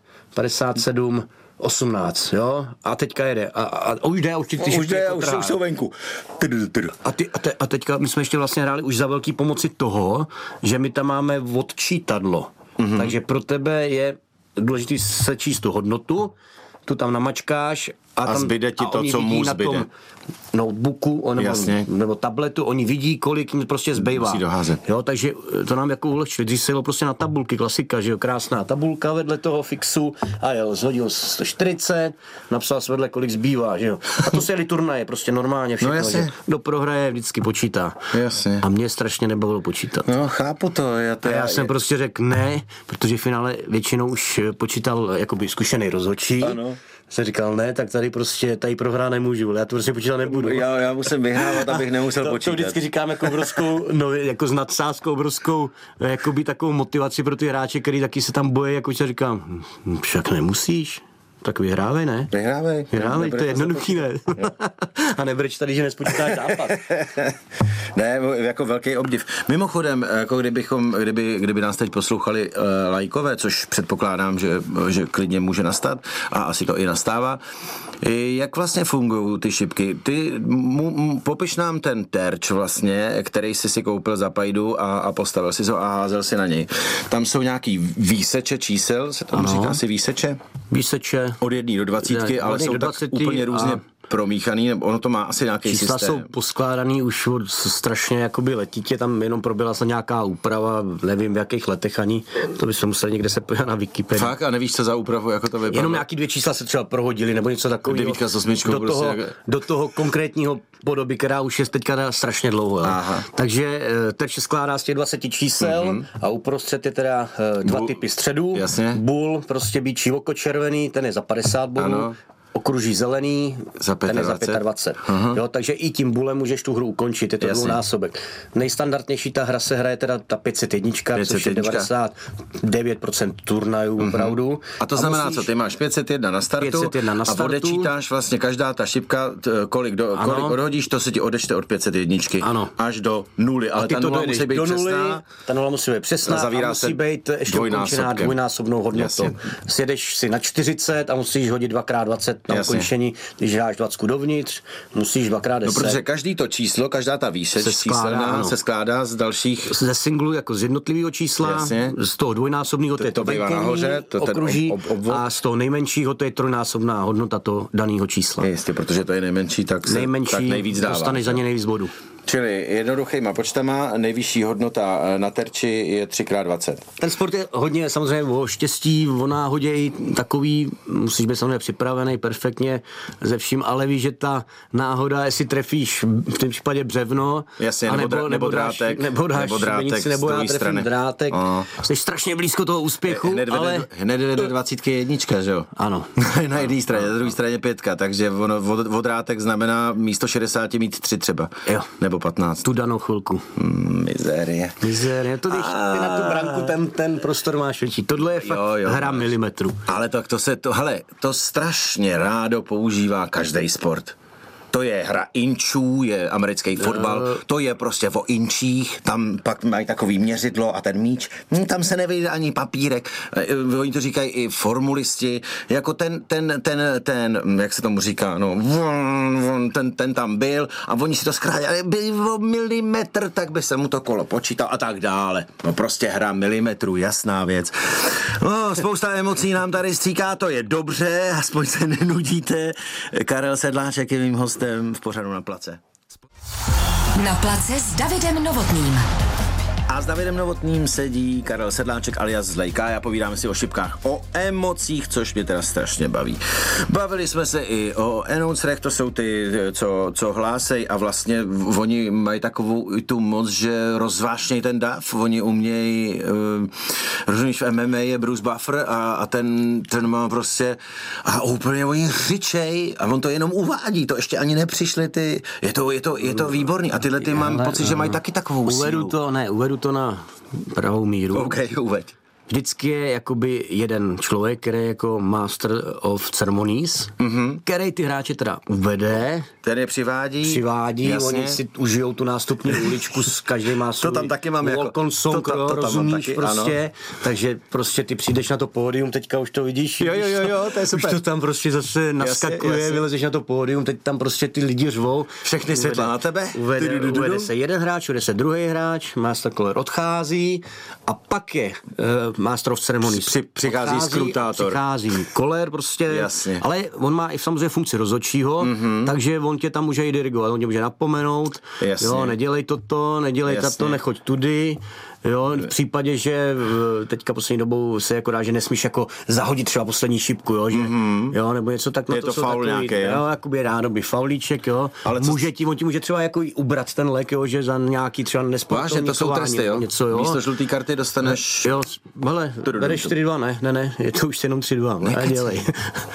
[SPEAKER 3] 57, 18, jo? A teďka jede. A, a, a už jde, a už ti ty
[SPEAKER 2] Už jde, už,
[SPEAKER 3] trhá.
[SPEAKER 2] už jsou venku. Tydu, tydu.
[SPEAKER 3] A, ty, a, te, a teďka my jsme ještě vlastně hráli už za velký pomoci toho, že my tam máme odčítadlo.
[SPEAKER 2] Mhm.
[SPEAKER 3] Mm-hmm. Takže pro tebe je důležité sečíst tu hodnotu, tu tam namačkáš a, tam,
[SPEAKER 2] zbyde ti
[SPEAKER 3] a
[SPEAKER 2] to,
[SPEAKER 3] oni
[SPEAKER 2] co
[SPEAKER 3] vidí
[SPEAKER 2] mu
[SPEAKER 3] na
[SPEAKER 2] zbyde.
[SPEAKER 3] tom notebooku o- nebo,
[SPEAKER 2] Jasně.
[SPEAKER 3] nebo tabletu, oni vidí, kolik jim prostě zbývá.
[SPEAKER 2] Musí doházet.
[SPEAKER 3] Jo, takže eh, to nám jako ulehčilo. Dřív se jelo prostě na tabulky, klasika, že jo, krásná tabulka vedle toho fixu a jel, zhodil 140, napsal se vedle, kolik zbývá, že jo. A to se jeli turnaje, prostě normálně všechno.
[SPEAKER 2] No, jasně.
[SPEAKER 3] že kdo prohraje, vždycky počítá.
[SPEAKER 2] Jasně.
[SPEAKER 3] A mě strašně nebavilo počítat.
[SPEAKER 2] No, chápu to. Já, to,
[SPEAKER 3] A já jsem prostě řekl ne, protože v finále většinou už eh, počítal eh, jakoby zkušený rozhodčí.
[SPEAKER 2] Ano.
[SPEAKER 3] Jsem říkal ne, tak tady prostě tady prohrát nemůžu, ale já to prostě počítat nebudu.
[SPEAKER 2] já, já musím vyhrávat, abych nemusel
[SPEAKER 3] to,
[SPEAKER 2] počítat.
[SPEAKER 3] to vždycky říkám jako obrovskou, no, jako s nadsázkou obrovskou, eh, jakoby takovou motivaci pro ty hráče, který taky se tam boje, jako se říkám, "Hm, však nemusíš, tak vyhrávej, ne?
[SPEAKER 2] Vyhrávej.
[SPEAKER 3] Vyhrávej, to
[SPEAKER 2] Nebude
[SPEAKER 3] je
[SPEAKER 2] se
[SPEAKER 3] jednoduchý, ne? A nebrč tady, že nespočítáš zápas.
[SPEAKER 2] Ne, jako velký obdiv. Mimochodem, jako kdybychom, kdyby, kdyby nás teď poslouchali uh, lajkové, což předpokládám, že, že klidně může nastat a asi to i nastává, i jak vlastně fungují ty šipky? Ty, mu, mu, popiš nám ten terč vlastně, který jsi si koupil za Pajdu a, a postavil si ho a házel si na něj. Tam jsou nějaký výseče čísel, se tomu
[SPEAKER 3] Ano.
[SPEAKER 2] říká asi výseče?
[SPEAKER 3] Výseče,
[SPEAKER 2] Od jedné do dvacítky,
[SPEAKER 3] Ne, od
[SPEAKER 2] ale
[SPEAKER 3] jedné
[SPEAKER 2] jsou
[SPEAKER 3] do
[SPEAKER 2] tak
[SPEAKER 3] 20
[SPEAKER 2] úplně
[SPEAKER 3] a-
[SPEAKER 2] různě promíchaný, nebo ono to má asi nějaký
[SPEAKER 3] Čísla
[SPEAKER 2] systém.
[SPEAKER 3] jsou poskládaný už od s- strašně jakoby letitě, tam jenom proběhla snad nějaká úprava, nevím v jakých letech ani, to by se museli někde se podívat na Wikipedii.
[SPEAKER 2] Fakt? A nevíš, co za úpravu, jako to vypadá?
[SPEAKER 3] Jenom nějaký dvě čísla se třeba prohodili, nebo něco takového.
[SPEAKER 2] Devítka s osmičkou
[SPEAKER 3] do,
[SPEAKER 2] prostě
[SPEAKER 3] toho,
[SPEAKER 2] jak-
[SPEAKER 3] do toho konkrétního podoby, která už je teďka na strašně dlouho. Jo.
[SPEAKER 2] Aha. Mhm.
[SPEAKER 3] Takže eh, terč se skládá z těch 20 čísel mm-hmm. a uprostřed je teda eh, dva
[SPEAKER 2] Bu-
[SPEAKER 3] typy středů.
[SPEAKER 2] Jasně.
[SPEAKER 3] Bul, prostě bíčí oko červený, ten je za 50 bodů.
[SPEAKER 2] Ano.
[SPEAKER 3] Okruží zelený,
[SPEAKER 2] Za
[SPEAKER 3] ten je za
[SPEAKER 2] 25.
[SPEAKER 3] 25. Jo, takže i tím bulem můžeš tu hru ukončit, je to
[SPEAKER 2] Jasně.
[SPEAKER 3] dvounásobek. Nejstandardnější ta hra se hraje teda ta 501, což je
[SPEAKER 2] 501.
[SPEAKER 3] 99% turnajů opravdu.
[SPEAKER 2] Mhm. A to znamená,
[SPEAKER 3] musíš-
[SPEAKER 2] co ty máš 501 na startu,
[SPEAKER 3] 501 na
[SPEAKER 2] a
[SPEAKER 3] startu.
[SPEAKER 2] odečítáš vlastně každá ta šipka, t, kolik, do,
[SPEAKER 3] Ano.
[SPEAKER 2] kolik odhodíš, to se ti odečte od 501
[SPEAKER 3] Ano.
[SPEAKER 2] až do nuly, ale
[SPEAKER 3] ty
[SPEAKER 2] ta
[SPEAKER 3] to
[SPEAKER 2] nula
[SPEAKER 3] dojdeš
[SPEAKER 2] musí být
[SPEAKER 3] do nuly,
[SPEAKER 2] přesná.
[SPEAKER 3] ta nula musí být přesná
[SPEAKER 2] A zavírá
[SPEAKER 3] a
[SPEAKER 2] se
[SPEAKER 3] musí být ještě
[SPEAKER 2] dvojnásobkem.
[SPEAKER 3] ukončená dvojnásobnou hodnotou.
[SPEAKER 2] Jasně.
[SPEAKER 3] Sjedeš si na 40 a musíš hodit 2x20 na
[SPEAKER 2] Jasně.
[SPEAKER 3] ukončení. Když dáš 20 dovnitř, musíš 2x10.
[SPEAKER 2] No, protože každý to číslo, každá ta výseč
[SPEAKER 3] Se
[SPEAKER 2] se
[SPEAKER 3] skládá,
[SPEAKER 2] číselná
[SPEAKER 3] ano.
[SPEAKER 2] se skládá z dalších...
[SPEAKER 3] ze singlu jako z jednotlivého čísla,
[SPEAKER 2] Jasně.
[SPEAKER 3] z toho dvojnásobného to, je
[SPEAKER 2] to
[SPEAKER 3] to,
[SPEAKER 2] bývá
[SPEAKER 3] venkovní
[SPEAKER 2] nahoře, to ten
[SPEAKER 3] okruží
[SPEAKER 2] ob- ob- obvod.
[SPEAKER 3] a z toho nejmenšího to je trojnásobná hodnota toho daného čísla.
[SPEAKER 2] Jistě, protože to je nejmenší, tak se
[SPEAKER 3] No. Nejmenší
[SPEAKER 2] tak nejvíc dává.
[SPEAKER 3] dostaneš za ně nejvíc bodů.
[SPEAKER 2] Čili jednoduchýma počtama nejvyšší hodnota eh, na terči je 3x20.
[SPEAKER 3] Ten sport je hodně samozřejmě o štěstí, o náhodě i takový, musíš být samozřejmě připravený perfektně ze vším, ale víš, že ta náhoda, jestli trefíš v tom případě břevno,
[SPEAKER 2] Jasně, nebo drá- nebo
[SPEAKER 3] dáš,
[SPEAKER 2] drátek,
[SPEAKER 3] nebo dáš
[SPEAKER 2] nebo drátek
[SPEAKER 3] venici,
[SPEAKER 2] z
[SPEAKER 3] nebo já
[SPEAKER 2] druhé
[SPEAKER 3] trefím
[SPEAKER 2] strany.
[SPEAKER 3] drátek,
[SPEAKER 2] Ano.
[SPEAKER 3] jsi strašně blízko toho úspěchu,
[SPEAKER 2] Hned vede,
[SPEAKER 3] ale...
[SPEAKER 2] ale... hned vede do 20 je jednička, že jo?
[SPEAKER 3] Ano.
[SPEAKER 2] na jedné straně, na druhé straně pětka, takže ono, od, odrátek znamená místo 60 mít 3 třeba.
[SPEAKER 3] Jo.
[SPEAKER 2] Nebo 15.
[SPEAKER 3] Tu danou chvilku.
[SPEAKER 2] Mm, mizérie.
[SPEAKER 3] Mizérie. To když ty na tu branku ten, ten prostor máš větší. Tohle je fakt
[SPEAKER 2] Jo, jo,
[SPEAKER 3] hra
[SPEAKER 2] máš.
[SPEAKER 3] milimetru.
[SPEAKER 2] Ale tak to se to, hele, to strašně rádo používá každý sport. To je hra inčů, je americký fotbal,
[SPEAKER 3] Eh.
[SPEAKER 2] to je prostě o inčích, tam pak mají takový měřidlo a ten míč, hm, tam se nevejde ani papírek, Eh, oni to říkají i formulisti, jako ten, ten, ten, ten, hm, jak se tomu říká, no, vun, vun, ten, ten tam byl a oni si to zkrátili, ale by o milimetr, tak by se mu to kolo počítalo a tak dále. No prostě hra milimetru, jasná věc. No, spousta emocí nám tady stříká, to je dobře, aspoň se nenudíte. Karel Sedláček je mým hostem v pořadu na place.
[SPEAKER 1] Na place s Davidem Novotným.
[SPEAKER 2] A s Davidem Novotným sedí Karel Sedláček alias Zlejka. Já povídáme si o šipkách, o emocích, což mě teda strašně baví. Bavili jsme se i o announcerech, to jsou ty, co, co hlásej a vlastně v- oni mají takovou i tu moc, že rozvášněj ten dav. Oni umějí, eh, rozumíš, v MMA je Bruce Buffer a, a ten, ten má prostě a úplně oni řičej a on to jenom uvádí, to ještě ani nepřišly ty, je to, je to, je to výborný a tyhle ty mám
[SPEAKER 3] Ale,
[SPEAKER 2] pocit, že mají
[SPEAKER 3] eh,
[SPEAKER 2] taky takovou
[SPEAKER 3] Uvedu
[SPEAKER 2] sílu.
[SPEAKER 3] to, ne, uvedu to na pravou míru.
[SPEAKER 2] OK, uveď.
[SPEAKER 3] Vždycky je jakoby jeden člověk, který je jako master of ceremonies, mm-hmm. který ty hráče teda uvede,
[SPEAKER 2] Ten je přivádí.
[SPEAKER 3] přivádí,
[SPEAKER 2] jasně.
[SPEAKER 3] oni si užijou tu nástupní uličku, s každý má svůj
[SPEAKER 2] tam taky mám jako-
[SPEAKER 3] walk on song,
[SPEAKER 2] to ta-
[SPEAKER 3] jo,
[SPEAKER 2] to tam mám
[SPEAKER 3] rozumíš
[SPEAKER 2] taky,
[SPEAKER 3] prostě, takže prostě ty přijdeš na to pódium, teďka už to vidíš.
[SPEAKER 2] Jo, jo,
[SPEAKER 3] už
[SPEAKER 2] jo,
[SPEAKER 3] to-
[SPEAKER 2] jo, to je super.
[SPEAKER 3] Už to tam prostě zase naskakuje,
[SPEAKER 2] jasně.
[SPEAKER 3] vylezeš na to pódium, teď tam prostě ty lidi řvou.
[SPEAKER 2] Všechny
[SPEAKER 3] Uvede-
[SPEAKER 2] světla na tebe.
[SPEAKER 3] Uvede,
[SPEAKER 2] Tudududu.
[SPEAKER 3] uvede se jeden hráč, uvede se druhý hráč, master color odchází a pak je uh, master of ceremonies.
[SPEAKER 2] Při- přichází
[SPEAKER 3] Odchází,
[SPEAKER 2] skrutátor.
[SPEAKER 3] Přichází koler prostě.
[SPEAKER 2] Jasně. Mhm.
[SPEAKER 3] Ale on má i samozřejmě funkci rozhodčího, mm-hmm. takže on tě tam může i dirigovat, on tě může napomenout,
[SPEAKER 2] Jasně.
[SPEAKER 3] jo, nedělej toto, nedělej
[SPEAKER 2] Jasně.
[SPEAKER 3] tato, nechoď tudy, jo, v případě, že v- teďka poslední dobou se jako dá, že nesmíš jako zahodit třeba poslední šipku, jo, že, mm-hmm. jo, nebo něco tak, no
[SPEAKER 2] Mhm. Je to
[SPEAKER 3] jsou
[SPEAKER 2] faul
[SPEAKER 3] takový,
[SPEAKER 2] nějaký, jo?
[SPEAKER 3] jo, jakoby rádoby faulíček, jo,
[SPEAKER 2] Ale
[SPEAKER 3] Ale
[SPEAKER 2] co-
[SPEAKER 3] může ti, on ti může třeba jako i ubrat ten lek, jo, že za nějaký třeba nesportovní
[SPEAKER 2] Vážně, No to jsou
[SPEAKER 3] chování
[SPEAKER 2] tresty,
[SPEAKER 3] nebo
[SPEAKER 2] jo?
[SPEAKER 3] Něco, jo.
[SPEAKER 2] Místo žlutý karty dostaneš...
[SPEAKER 3] Jo, s- hele,
[SPEAKER 2] Tududu.
[SPEAKER 3] bereš 4-2, ne, ne, ne, je to už jenom 3-2, ne,
[SPEAKER 2] Nekecej.
[SPEAKER 3] dělej.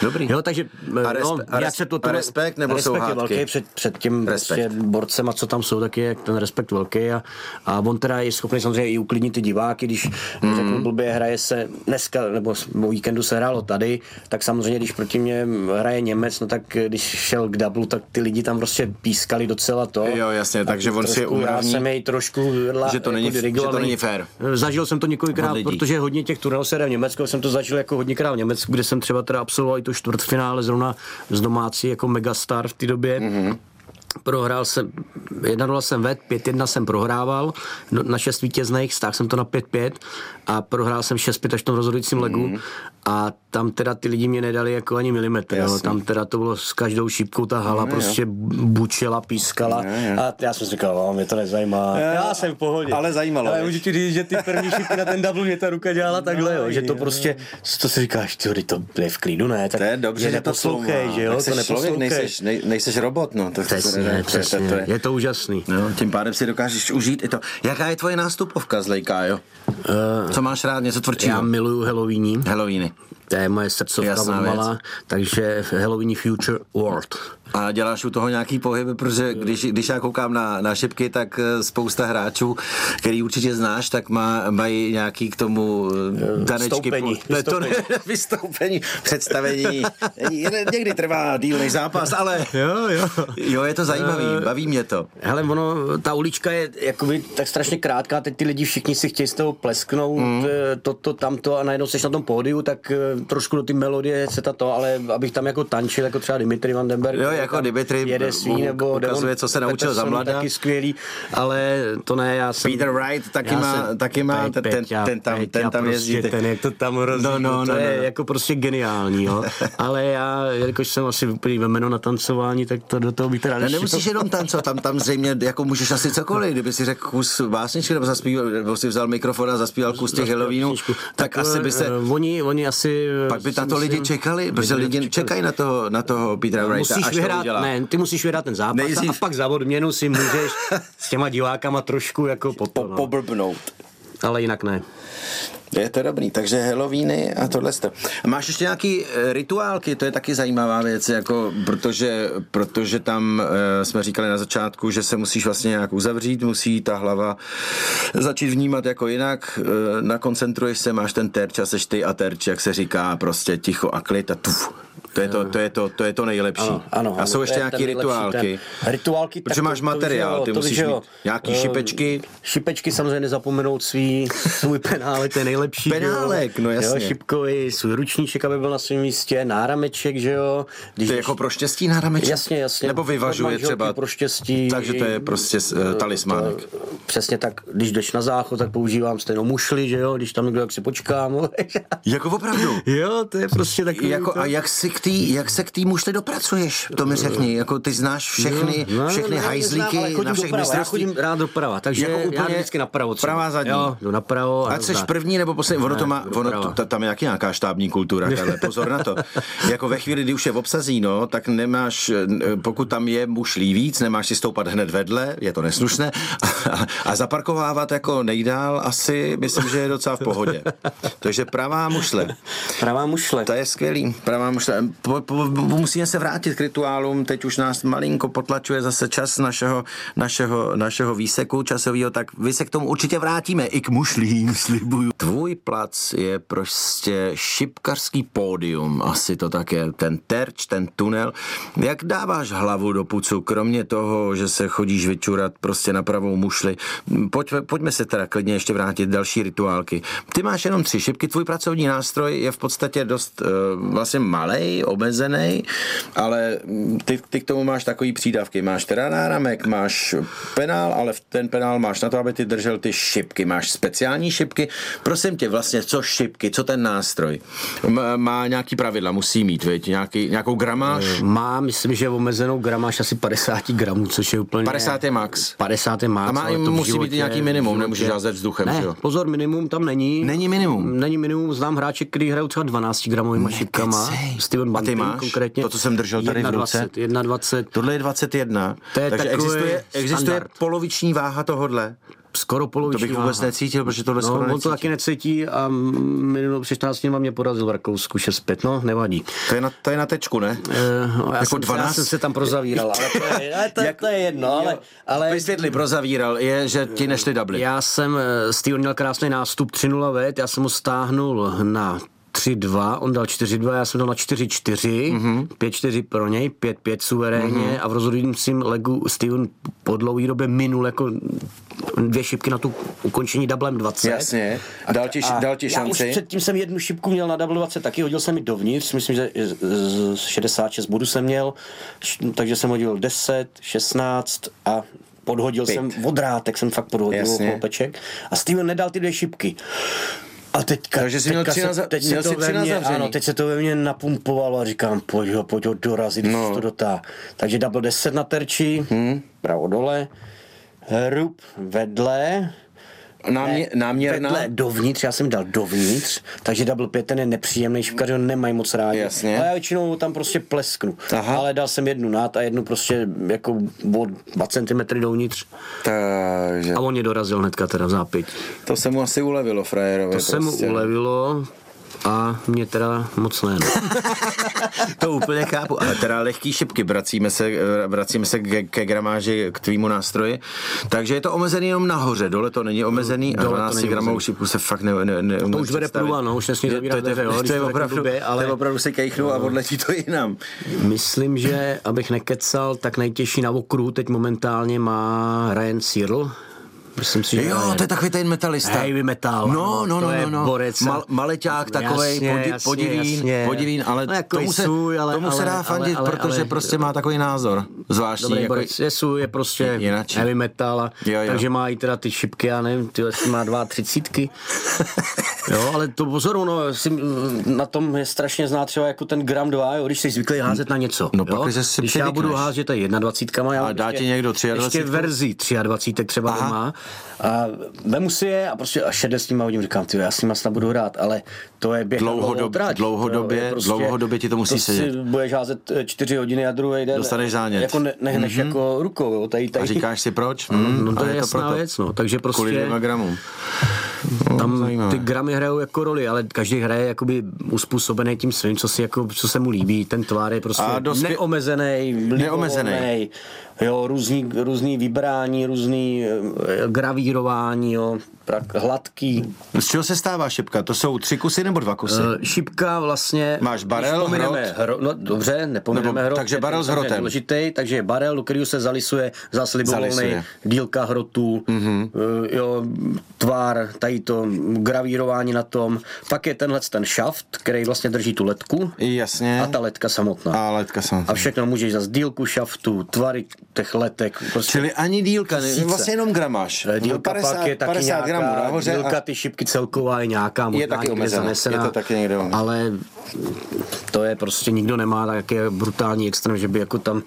[SPEAKER 2] Dobrý.
[SPEAKER 3] Jo, takže,
[SPEAKER 2] A
[SPEAKER 3] a
[SPEAKER 2] respe-
[SPEAKER 3] no,
[SPEAKER 2] a
[SPEAKER 3] jak
[SPEAKER 2] res-
[SPEAKER 3] se to,
[SPEAKER 2] a respekt nebo
[SPEAKER 3] respekt
[SPEAKER 2] jsou
[SPEAKER 3] je
[SPEAKER 2] hádky?
[SPEAKER 3] velký před, před těm
[SPEAKER 2] Respekt.
[SPEAKER 3] prostě borcem a co tam jsou, tak je jak ten respekt velký a, a on teda je schopný samozřejmě i uklidnit ty diváky, když
[SPEAKER 2] Hmm.
[SPEAKER 3] mm. řeknu blbě, hraje se dneska, nebo s- o víkendu se hrálo tady, tak samozřejmě, když proti mě hraje Němec, no tak eh, když šel k dublu, tak ty lidi tam prostě pískali docela to.
[SPEAKER 2] Jo, jasně,
[SPEAKER 3] A
[SPEAKER 2] takže on si je
[SPEAKER 3] trošku, Já
[SPEAKER 2] umravní,
[SPEAKER 3] jsem jej trošku jako la,
[SPEAKER 2] že to není- že to
[SPEAKER 3] dirigoval,
[SPEAKER 2] není fér.
[SPEAKER 3] Eh, Zažil jsem to
[SPEAKER 2] Od
[SPEAKER 3] několikrát,
[SPEAKER 2] lidí.
[SPEAKER 3] protože hodně těch turnajů se hraje v Německu, jsem to zažil jako hodněkrát v Německu, kde jsem třeba teda absolvoval i to čtvrtfinále zrovna z domácí jako megastar v té době. Mm-hmm. Prohrál jsem, 1-0 jsem ved, 5-1 jsem prohrával no, na šest vítězných, stáhl jsem to na 5-5 a prohrál jsem 6-5 až v tom rozhodujícím legu a tam teda ty lidi mě nedali jako ani milimetr, jo. tam teda to bylo s každou šípkou ta hala prostě bučela, pískala a já jsem si říkal, "O, mě to nezajímá, já jsem v pohodě.
[SPEAKER 2] Ale zajímalo,
[SPEAKER 3] Ale
[SPEAKER 2] viď?
[SPEAKER 3] můžu ti říct, že ty první šipky na ten double mě ta ruka dělala takhle, jo, že to prostě, to si říkáš, ty to je v klidu, ne, tak
[SPEAKER 2] To je dobře,
[SPEAKER 3] že
[SPEAKER 2] že to
[SPEAKER 3] neposlouchej,
[SPEAKER 2] sloumá.
[SPEAKER 3] že jo,
[SPEAKER 2] Tak
[SPEAKER 3] to
[SPEAKER 2] seš člověk,
[SPEAKER 3] neposlouchej.
[SPEAKER 2] nejseš, nej, nejseš robot, no. To, to,
[SPEAKER 3] Přesně,
[SPEAKER 2] to,
[SPEAKER 3] přesně,
[SPEAKER 2] To, to, to,
[SPEAKER 3] je to úžasný.
[SPEAKER 2] No, tím pádem si dokážeš užít i to. Jaká je tvoje nástupovka, Zlejka, jo? Uh, Co máš rád, něco tvrdšího?
[SPEAKER 3] Eh, Já miluju Halloweení,
[SPEAKER 2] Halloweeny.
[SPEAKER 3] to je moje srdcovka
[SPEAKER 2] Jasná věc.
[SPEAKER 3] malá, takže Halloween Future World.
[SPEAKER 2] A děláš u toho nějaký pohyby, protože když, když já koukám na, na šipky, tak eh, spousta hráčů, který určitě znáš, tak má, mají nějaký k tomu eh, tanečky.
[SPEAKER 3] Vstoupení,
[SPEAKER 2] po- Ne, to ne, vystoupení, představení. Jen- Někdy trvá díl než zápas, ale
[SPEAKER 3] Jo, jo. Eh,
[SPEAKER 2] jo, je to zajímavý, baví mě to.
[SPEAKER 3] Hele, ono, ta ulička je jakoby tak strašně krátká, teď ty lidi všichni si chtějí z toho plesknout, mm. toto, tamto a najednou seš na tom pódiu, tak eh, trošku do ty melodie, se to, ale abych tam jako tančil, jako třeba Dimitri Vandenberg.
[SPEAKER 2] Jo, jako Dimitri
[SPEAKER 3] jede svý,
[SPEAKER 2] u-
[SPEAKER 3] nebo
[SPEAKER 2] ukazuje,
[SPEAKER 3] Devon
[SPEAKER 2] co se naučil za
[SPEAKER 3] Peterson,
[SPEAKER 2] mladá.
[SPEAKER 3] Taky skvělý, ale to ne, já jsem...
[SPEAKER 2] Peter Wright taky
[SPEAKER 3] Já
[SPEAKER 2] má,
[SPEAKER 3] jsem-
[SPEAKER 2] taky má
[SPEAKER 3] Pe-
[SPEAKER 2] ten, ten,
[SPEAKER 3] Peťa,
[SPEAKER 2] ten tam,
[SPEAKER 3] Peťa
[SPEAKER 2] ten tam
[SPEAKER 3] prostě,
[SPEAKER 2] jezdí. ty-
[SPEAKER 3] Ten, jak to tam rozjíždí,
[SPEAKER 2] No, no,
[SPEAKER 3] to
[SPEAKER 2] no,
[SPEAKER 3] je
[SPEAKER 2] no, no.
[SPEAKER 3] jako prostě geniální, jo. Ale já, jelikož jsem asi úplně ve jméno na tancování, tak to do toho jako- bych teda
[SPEAKER 2] Ne, nemusíš jenom tancovat, tam, tam zřejmě jako můžeš asi cokoliv, kdyby si řekl kus básničky nebo, zaspíval, nebo si vzal mikrofon a zaspíval kus těch helovínů, tak asi by se,
[SPEAKER 3] eh, Oni, oni asi... eh,
[SPEAKER 2] pak by
[SPEAKER 3] si
[SPEAKER 2] na to lidi
[SPEAKER 3] myslím-
[SPEAKER 2] čekali, protože lidi čekají na toho, na toho Petra Wrighta,
[SPEAKER 3] No, Musíš
[SPEAKER 2] až to
[SPEAKER 3] vyhrát,
[SPEAKER 2] udělá.
[SPEAKER 3] ne, ty musíš vyhrát ten zápas
[SPEAKER 2] Nejdřív-
[SPEAKER 3] Nejdřív... a pak za odměnu si můžeš s těma divákama trošku jako
[SPEAKER 2] Po,
[SPEAKER 3] potom, no.
[SPEAKER 2] poblbnout.
[SPEAKER 3] ale jinak ne.
[SPEAKER 2] Je to dobrý, takže Halloweeny a tohle jste. Máš ještě nějaký eh, rituálky, to je taky zajímavá věc, jako, protože, protože tam eh, jsme říkali na začátku, že se musíš vlastně nějak uzavřít, musí ta hlava začít vnímat jako jinak, eh, nakoncentruješ se, máš ten terč a seš ty a terč, jak se říká, prostě ticho a klid a tuf. To je to, to, je to, to, je to nejlepší. a jsou
[SPEAKER 3] to
[SPEAKER 2] ještě
[SPEAKER 3] je ten
[SPEAKER 2] nějaký
[SPEAKER 3] nejlepší
[SPEAKER 2] rituálky.
[SPEAKER 3] Ten. Rituálky, tak
[SPEAKER 2] Protože máš
[SPEAKER 3] to- to
[SPEAKER 2] materiál,
[SPEAKER 3] vyžilo-
[SPEAKER 2] ty
[SPEAKER 3] to
[SPEAKER 2] musíš
[SPEAKER 3] vyžilo.
[SPEAKER 2] mít nějaký
[SPEAKER 3] Ehm,
[SPEAKER 2] šipečky.
[SPEAKER 3] Šipečky samozřejmě nezapomenout svý, svůj penále, to je nejlepší. že jo.
[SPEAKER 2] Penálek, no jasně.
[SPEAKER 3] Jo, šipkový, svůj ručníček, aby byl na svém místě, nárameček, že jo. Když
[SPEAKER 2] To je jako pro štěstí na rameček?
[SPEAKER 3] Jasně, jasně.
[SPEAKER 2] Nebo vyvažuje
[SPEAKER 3] Od manželky
[SPEAKER 2] třeba.
[SPEAKER 3] Pro štěstí.
[SPEAKER 2] Takže to je prostě eh, talismánek.
[SPEAKER 3] To, přesně tak, když jdeš na záchod, tak používám stejnou mušli, že jo, když tam někdo, jak si počkám.
[SPEAKER 2] Jako opravdu.
[SPEAKER 3] jo, to je prostě takový.
[SPEAKER 2] Jako,
[SPEAKER 3] to...
[SPEAKER 2] a jak, si k tý, jak se k té mušli dopracuješ? To mi řekni. Jako ty znáš všechny,
[SPEAKER 3] No, no,
[SPEAKER 2] všechny
[SPEAKER 3] no, já neznám, ale
[SPEAKER 2] hajzlíky
[SPEAKER 3] chodím
[SPEAKER 2] na všech
[SPEAKER 3] doprava, Já
[SPEAKER 2] mistrovství.
[SPEAKER 3] chodím rád doprava, takže
[SPEAKER 2] Jako
[SPEAKER 3] jako
[SPEAKER 2] úplně
[SPEAKER 3] úplně já jdu vždycky napravo. třeba.
[SPEAKER 2] pravá zadní.
[SPEAKER 3] Jo, jdu napravo. a
[SPEAKER 2] Ať
[SPEAKER 3] jdu
[SPEAKER 2] seš
[SPEAKER 3] tak.
[SPEAKER 2] první nebo poslední, ono to
[SPEAKER 3] Ne,
[SPEAKER 2] má, ono,
[SPEAKER 3] doprava.
[SPEAKER 2] to- ta- tam je jaký nějaká štábní kultura, ale pozor na to. Jako ve chvíli, kdy už je v obsazí, no, tak nemáš, eh, pokud tam je mušlí víc, nemáš si stoupat hned vedle, je to neslušné, a, a zaparkovávat jako nejdál asi, myslím, že je docela v pohodě. Takže pravá mušle.
[SPEAKER 3] Pravá mušle.
[SPEAKER 2] To je skvělý, pravá mušle. Po, po, musíme se vrátit k rituálům, teď už nás malinko potlačuje zase čas našeho, našeho, našeho výseku časového, tak vy se k tomu určitě vrátíme, i k mušlím, slibuju. Tvůj plac je prostě šipkarský pódium, asi to tak je, ten terč, ten tunel. Jak dáváš hlavu do pucu, kromě toho, že se chodíš vyčurat prostě na pravou mušli, pojďme, pojďme se teda klidně ještě vrátit další rituálky. Ty máš jenom tři šipky, tvůj pracovní nástroj je v podstatě dost uh, vlastně malej, omezený, ale mm, ty, ty k tomu máš takový přídavky. Máš teda náramek, máš penál, ale v ten penál máš na to, aby ty držel ty šipky. Máš speciální šipky. Prosím tě, vlastně, co šipky, co ten nástroj? M- má nějaký pravidla, musí mít, viď? Nějaký, nějakou gramáž?
[SPEAKER 3] Má, myslím, že omezenou gramáž asi 50 gramů, což je úplně...
[SPEAKER 2] 50 je max.
[SPEAKER 3] 50 je max.
[SPEAKER 2] A má-
[SPEAKER 3] ale to v
[SPEAKER 2] musí být
[SPEAKER 3] životě-
[SPEAKER 2] nějaký minimum,
[SPEAKER 3] v životě-
[SPEAKER 2] nemůžeš házet vzduchem,
[SPEAKER 3] ne,
[SPEAKER 2] že jo?
[SPEAKER 3] pozor, minimum tam není.
[SPEAKER 2] Není minimum?
[SPEAKER 3] Není minimum, znám hráče, který hrajou třeba 12 gramovými šipkama.
[SPEAKER 2] Nekecej.
[SPEAKER 3] Steven
[SPEAKER 2] A ty
[SPEAKER 3] Bunting
[SPEAKER 2] máš?
[SPEAKER 3] konkrétně.
[SPEAKER 2] To, co jsem držel tady v ruce?
[SPEAKER 3] 21, 20,
[SPEAKER 2] Tohle je 21,
[SPEAKER 3] To je
[SPEAKER 2] takže
[SPEAKER 3] takový
[SPEAKER 2] existuje, existuje
[SPEAKER 3] standard.
[SPEAKER 2] poloviční váha tohodle.
[SPEAKER 3] skoro
[SPEAKER 2] To
[SPEAKER 3] poloviční
[SPEAKER 2] bych vůbec
[SPEAKER 3] váha.
[SPEAKER 2] necítil, protože tohle
[SPEAKER 3] no,
[SPEAKER 2] skoro
[SPEAKER 3] on
[SPEAKER 2] necítím.
[SPEAKER 3] to taky necítí a minulou 16 mě porazil v Rakousku 6-5, no, nevadí.
[SPEAKER 2] To je na, to je na tečku, ne?
[SPEAKER 3] Eh, no, já,
[SPEAKER 2] Jako
[SPEAKER 3] jsem,
[SPEAKER 2] 12?
[SPEAKER 3] já jsem se tam prozavíral, ale to je, jako- ale to,
[SPEAKER 2] Jak-
[SPEAKER 3] to je jedno, ale, ale
[SPEAKER 2] Vysvětli, prozavíral, je, že ti nešli dubly.
[SPEAKER 3] já jsem, eh, Steve měl krásný nástup 3-0 ved, já jsem ho stáhnul na 3-2, on dal 4-2, já jsem dal na 4-4, 5-4 pro něj, 5-5 suverénně a v rozhodujícím legu Steven po dlouhé době minul jako dvě šipky na tu ukončení doublem 20.
[SPEAKER 2] Jasně. Dal ti,
[SPEAKER 3] A
[SPEAKER 2] dal ti
[SPEAKER 3] Já už
[SPEAKER 2] šanci.
[SPEAKER 3] předtím jsem jednu šipku měl na double 20 taky, hodil jsem ji dovnitř, myslím, že z- z- z 66 bodů jsem měl, š- takže jsem hodil 10, 16 a podhodil
[SPEAKER 2] Pět.
[SPEAKER 3] jsem odrátek, jsem fakt podhodil
[SPEAKER 2] Jasně.
[SPEAKER 3] chlopeček a Steven nedal ty dvě šipky. A teďka,
[SPEAKER 2] Takže jsi měl
[SPEAKER 3] teďka
[SPEAKER 2] 13
[SPEAKER 3] se, teď
[SPEAKER 2] měl
[SPEAKER 3] se
[SPEAKER 2] jsi
[SPEAKER 3] to ve
[SPEAKER 2] 13
[SPEAKER 3] mně,
[SPEAKER 2] zavřený.
[SPEAKER 3] ano, teď se to ve mně napumpovalo a říkám, pojď ho, pojď ho dorazit,
[SPEAKER 2] No. Mhm.
[SPEAKER 3] no. to dotá. Takže double 10 na terči, hmm. bravo dole, rup vedle,
[SPEAKER 2] Námě, náměrná.
[SPEAKER 3] Vedle, dovnitř, já jsem dal dovnitř, takže double 5 ten je nepříjemný, šipkaři ho nemají moc rádi.
[SPEAKER 2] Jasně.
[SPEAKER 3] Ale já většinou tam prostě plesknu.
[SPEAKER 2] Aha.
[SPEAKER 3] Ale dal jsem jednu nát a jednu prostě jako o 2 cm dovnitř.
[SPEAKER 2] Takže
[SPEAKER 3] A on je dorazil hnedka teda v zápěť.
[SPEAKER 2] to se mu asi ulevilo, frajerovi. prostě.
[SPEAKER 3] To se mu ulevilo a mě teda moc ne. no.
[SPEAKER 2] To úplně chápu, ale teda lehký šipky, vracíme se, eh, vracíme se ke, ke gramáži, k tvýmu nástroji. Takže je to omezený jenom nahoře, dole to není omezený a
[SPEAKER 3] Dole to
[SPEAKER 2] 12
[SPEAKER 3] není
[SPEAKER 2] gramovou
[SPEAKER 3] omezený.
[SPEAKER 2] šipku se fakt ne, ne, ne
[SPEAKER 3] To už vede průva, no, už nesmí
[SPEAKER 2] To,
[SPEAKER 3] zavírat
[SPEAKER 2] to, to,
[SPEAKER 3] dveře, jo,
[SPEAKER 2] to,
[SPEAKER 3] když
[SPEAKER 2] to, je
[SPEAKER 3] to řeknu
[SPEAKER 2] opravdu,
[SPEAKER 3] blbě,
[SPEAKER 2] ale...
[SPEAKER 3] ale- No.
[SPEAKER 2] to je opravdu se kejchnu a odletí to jinam.
[SPEAKER 3] Myslím, že, abych nekecal, tak nejtěžší na okruhu teď momentálně má Ryan Searle, Myslím si, že
[SPEAKER 2] Jo,
[SPEAKER 3] ne.
[SPEAKER 2] to je takový ten metalista.
[SPEAKER 3] Heavy metal,
[SPEAKER 2] No,
[SPEAKER 3] ano,
[SPEAKER 2] no,
[SPEAKER 3] to
[SPEAKER 2] no,
[SPEAKER 3] je
[SPEAKER 2] no. no.
[SPEAKER 3] borec. No,
[SPEAKER 2] Mal, maleťák takovej,
[SPEAKER 3] Jasně,
[SPEAKER 2] podi,
[SPEAKER 3] jasně,
[SPEAKER 2] podivín,
[SPEAKER 3] jasně.
[SPEAKER 2] podivín, ale
[SPEAKER 3] No, jako
[SPEAKER 2] tomu,
[SPEAKER 3] i
[SPEAKER 2] se,
[SPEAKER 3] svůj, ale-
[SPEAKER 2] tomu se
[SPEAKER 3] ale-
[SPEAKER 2] dá
[SPEAKER 3] ale-
[SPEAKER 2] fandit,
[SPEAKER 3] ale-
[SPEAKER 2] protože
[SPEAKER 3] ale-
[SPEAKER 2] prostě má takový názor. Zvláštní.
[SPEAKER 3] Dobrý
[SPEAKER 2] jako,
[SPEAKER 3] borec. Jesu je prostě
[SPEAKER 2] Jináčí.
[SPEAKER 3] heavy metal, a,
[SPEAKER 2] Jo, jo.
[SPEAKER 3] takže má i teda ty šipky, já nevím, ty vlastně má dva třicítky. jo, ale to pozor, no, si, na tom je strašně zná třeba jako ten gram 2, jo, když jsi zvyklý házet na něco.
[SPEAKER 2] No,
[SPEAKER 3] jo?
[SPEAKER 2] pak, že si
[SPEAKER 3] když já
[SPEAKER 2] přivykneš.
[SPEAKER 3] budu házet tady 21, já
[SPEAKER 2] A dá
[SPEAKER 3] ještě-
[SPEAKER 2] ti někdo
[SPEAKER 3] Ještě
[SPEAKER 2] 23?
[SPEAKER 3] verzi 23 třeba
[SPEAKER 2] Aha.
[SPEAKER 3] Aha. doma. A vemu si je a prostě a šede s nima hodím, říkám, ty, já s nima snad budu hrát, ale to je běh na dlouhou
[SPEAKER 2] Dlouhodob-
[SPEAKER 3] trať, to
[SPEAKER 2] dlouhodobě-
[SPEAKER 3] je
[SPEAKER 2] dlouhodobě ti to musí
[SPEAKER 3] si
[SPEAKER 2] sedět.
[SPEAKER 3] budeš házet eh, čtyři hodiny a druhý den.
[SPEAKER 2] Dostaneš zánět. Mhm.
[SPEAKER 3] Jako ne, nehneš mm-hmm. jako rukou, jo, tady, tady.
[SPEAKER 2] A říkáš si proč? Hmm,
[SPEAKER 3] No to
[SPEAKER 2] a
[SPEAKER 3] je, jasná
[SPEAKER 2] proto.
[SPEAKER 3] věc, no. Takže
[SPEAKER 2] Kvůli
[SPEAKER 3] prostě No,
[SPEAKER 2] dvěma gramům.
[SPEAKER 3] tam
[SPEAKER 2] zajímavé.
[SPEAKER 3] ty gramy hrajou jako roli, ale každý hraje jakoby uspůsobený tím svým, co, si jako, co se mu líbí. Ten tvár je prostě
[SPEAKER 2] A dospě-
[SPEAKER 3] neomezený,
[SPEAKER 2] Neomezený.
[SPEAKER 3] libovolnej, Jo, různý, různý vybrání, různý eh, gravírování, jo, tak hladký.
[SPEAKER 2] Z čeho se stává šipka? To jsou tři kusy nebo dva kusy?
[SPEAKER 3] Eh, Šipka vlastně...
[SPEAKER 2] prostě. Máš
[SPEAKER 3] když
[SPEAKER 2] barel,
[SPEAKER 3] pomineme
[SPEAKER 2] hrot?
[SPEAKER 3] hro, no, dobře, nepomeneme
[SPEAKER 2] Nebo-
[SPEAKER 3] hrot.
[SPEAKER 2] takže
[SPEAKER 3] je
[SPEAKER 2] barel
[SPEAKER 3] ten
[SPEAKER 2] s
[SPEAKER 3] samozřejmě
[SPEAKER 2] hrotem.
[SPEAKER 3] Důležitý, takže je barel, do kterého se zalisuje zas libovolný
[SPEAKER 2] Zalisuje. Mhm.
[SPEAKER 3] dílka hrotů, mm-hmm. jo, tvár, tady to gravírování na tom. Pak je tenhle ten šaft, který vlastně drží tu letku
[SPEAKER 2] Jasně.
[SPEAKER 3] a ta letka samotná.
[SPEAKER 2] A letka samozřejmě.
[SPEAKER 3] A všechno můžeš zase dílku šaftu, tvary těch letek. Prostě
[SPEAKER 2] Čili ani dílka, ne,
[SPEAKER 3] Tisíce.
[SPEAKER 2] vlastně jenom gramáž.
[SPEAKER 3] Eh, Dílka
[SPEAKER 2] 50,
[SPEAKER 3] pak je taky
[SPEAKER 2] 50
[SPEAKER 3] nějaká,
[SPEAKER 2] gramů nahoře
[SPEAKER 3] dílka
[SPEAKER 2] a
[SPEAKER 3] ty šipky celková je nějaká, možná
[SPEAKER 2] taky
[SPEAKER 3] někde
[SPEAKER 2] omezená,
[SPEAKER 3] zanesená,
[SPEAKER 2] je to taky někde omezená.
[SPEAKER 3] ale to je prostě, nikdo nemá taky brutální extrém, že by jako tam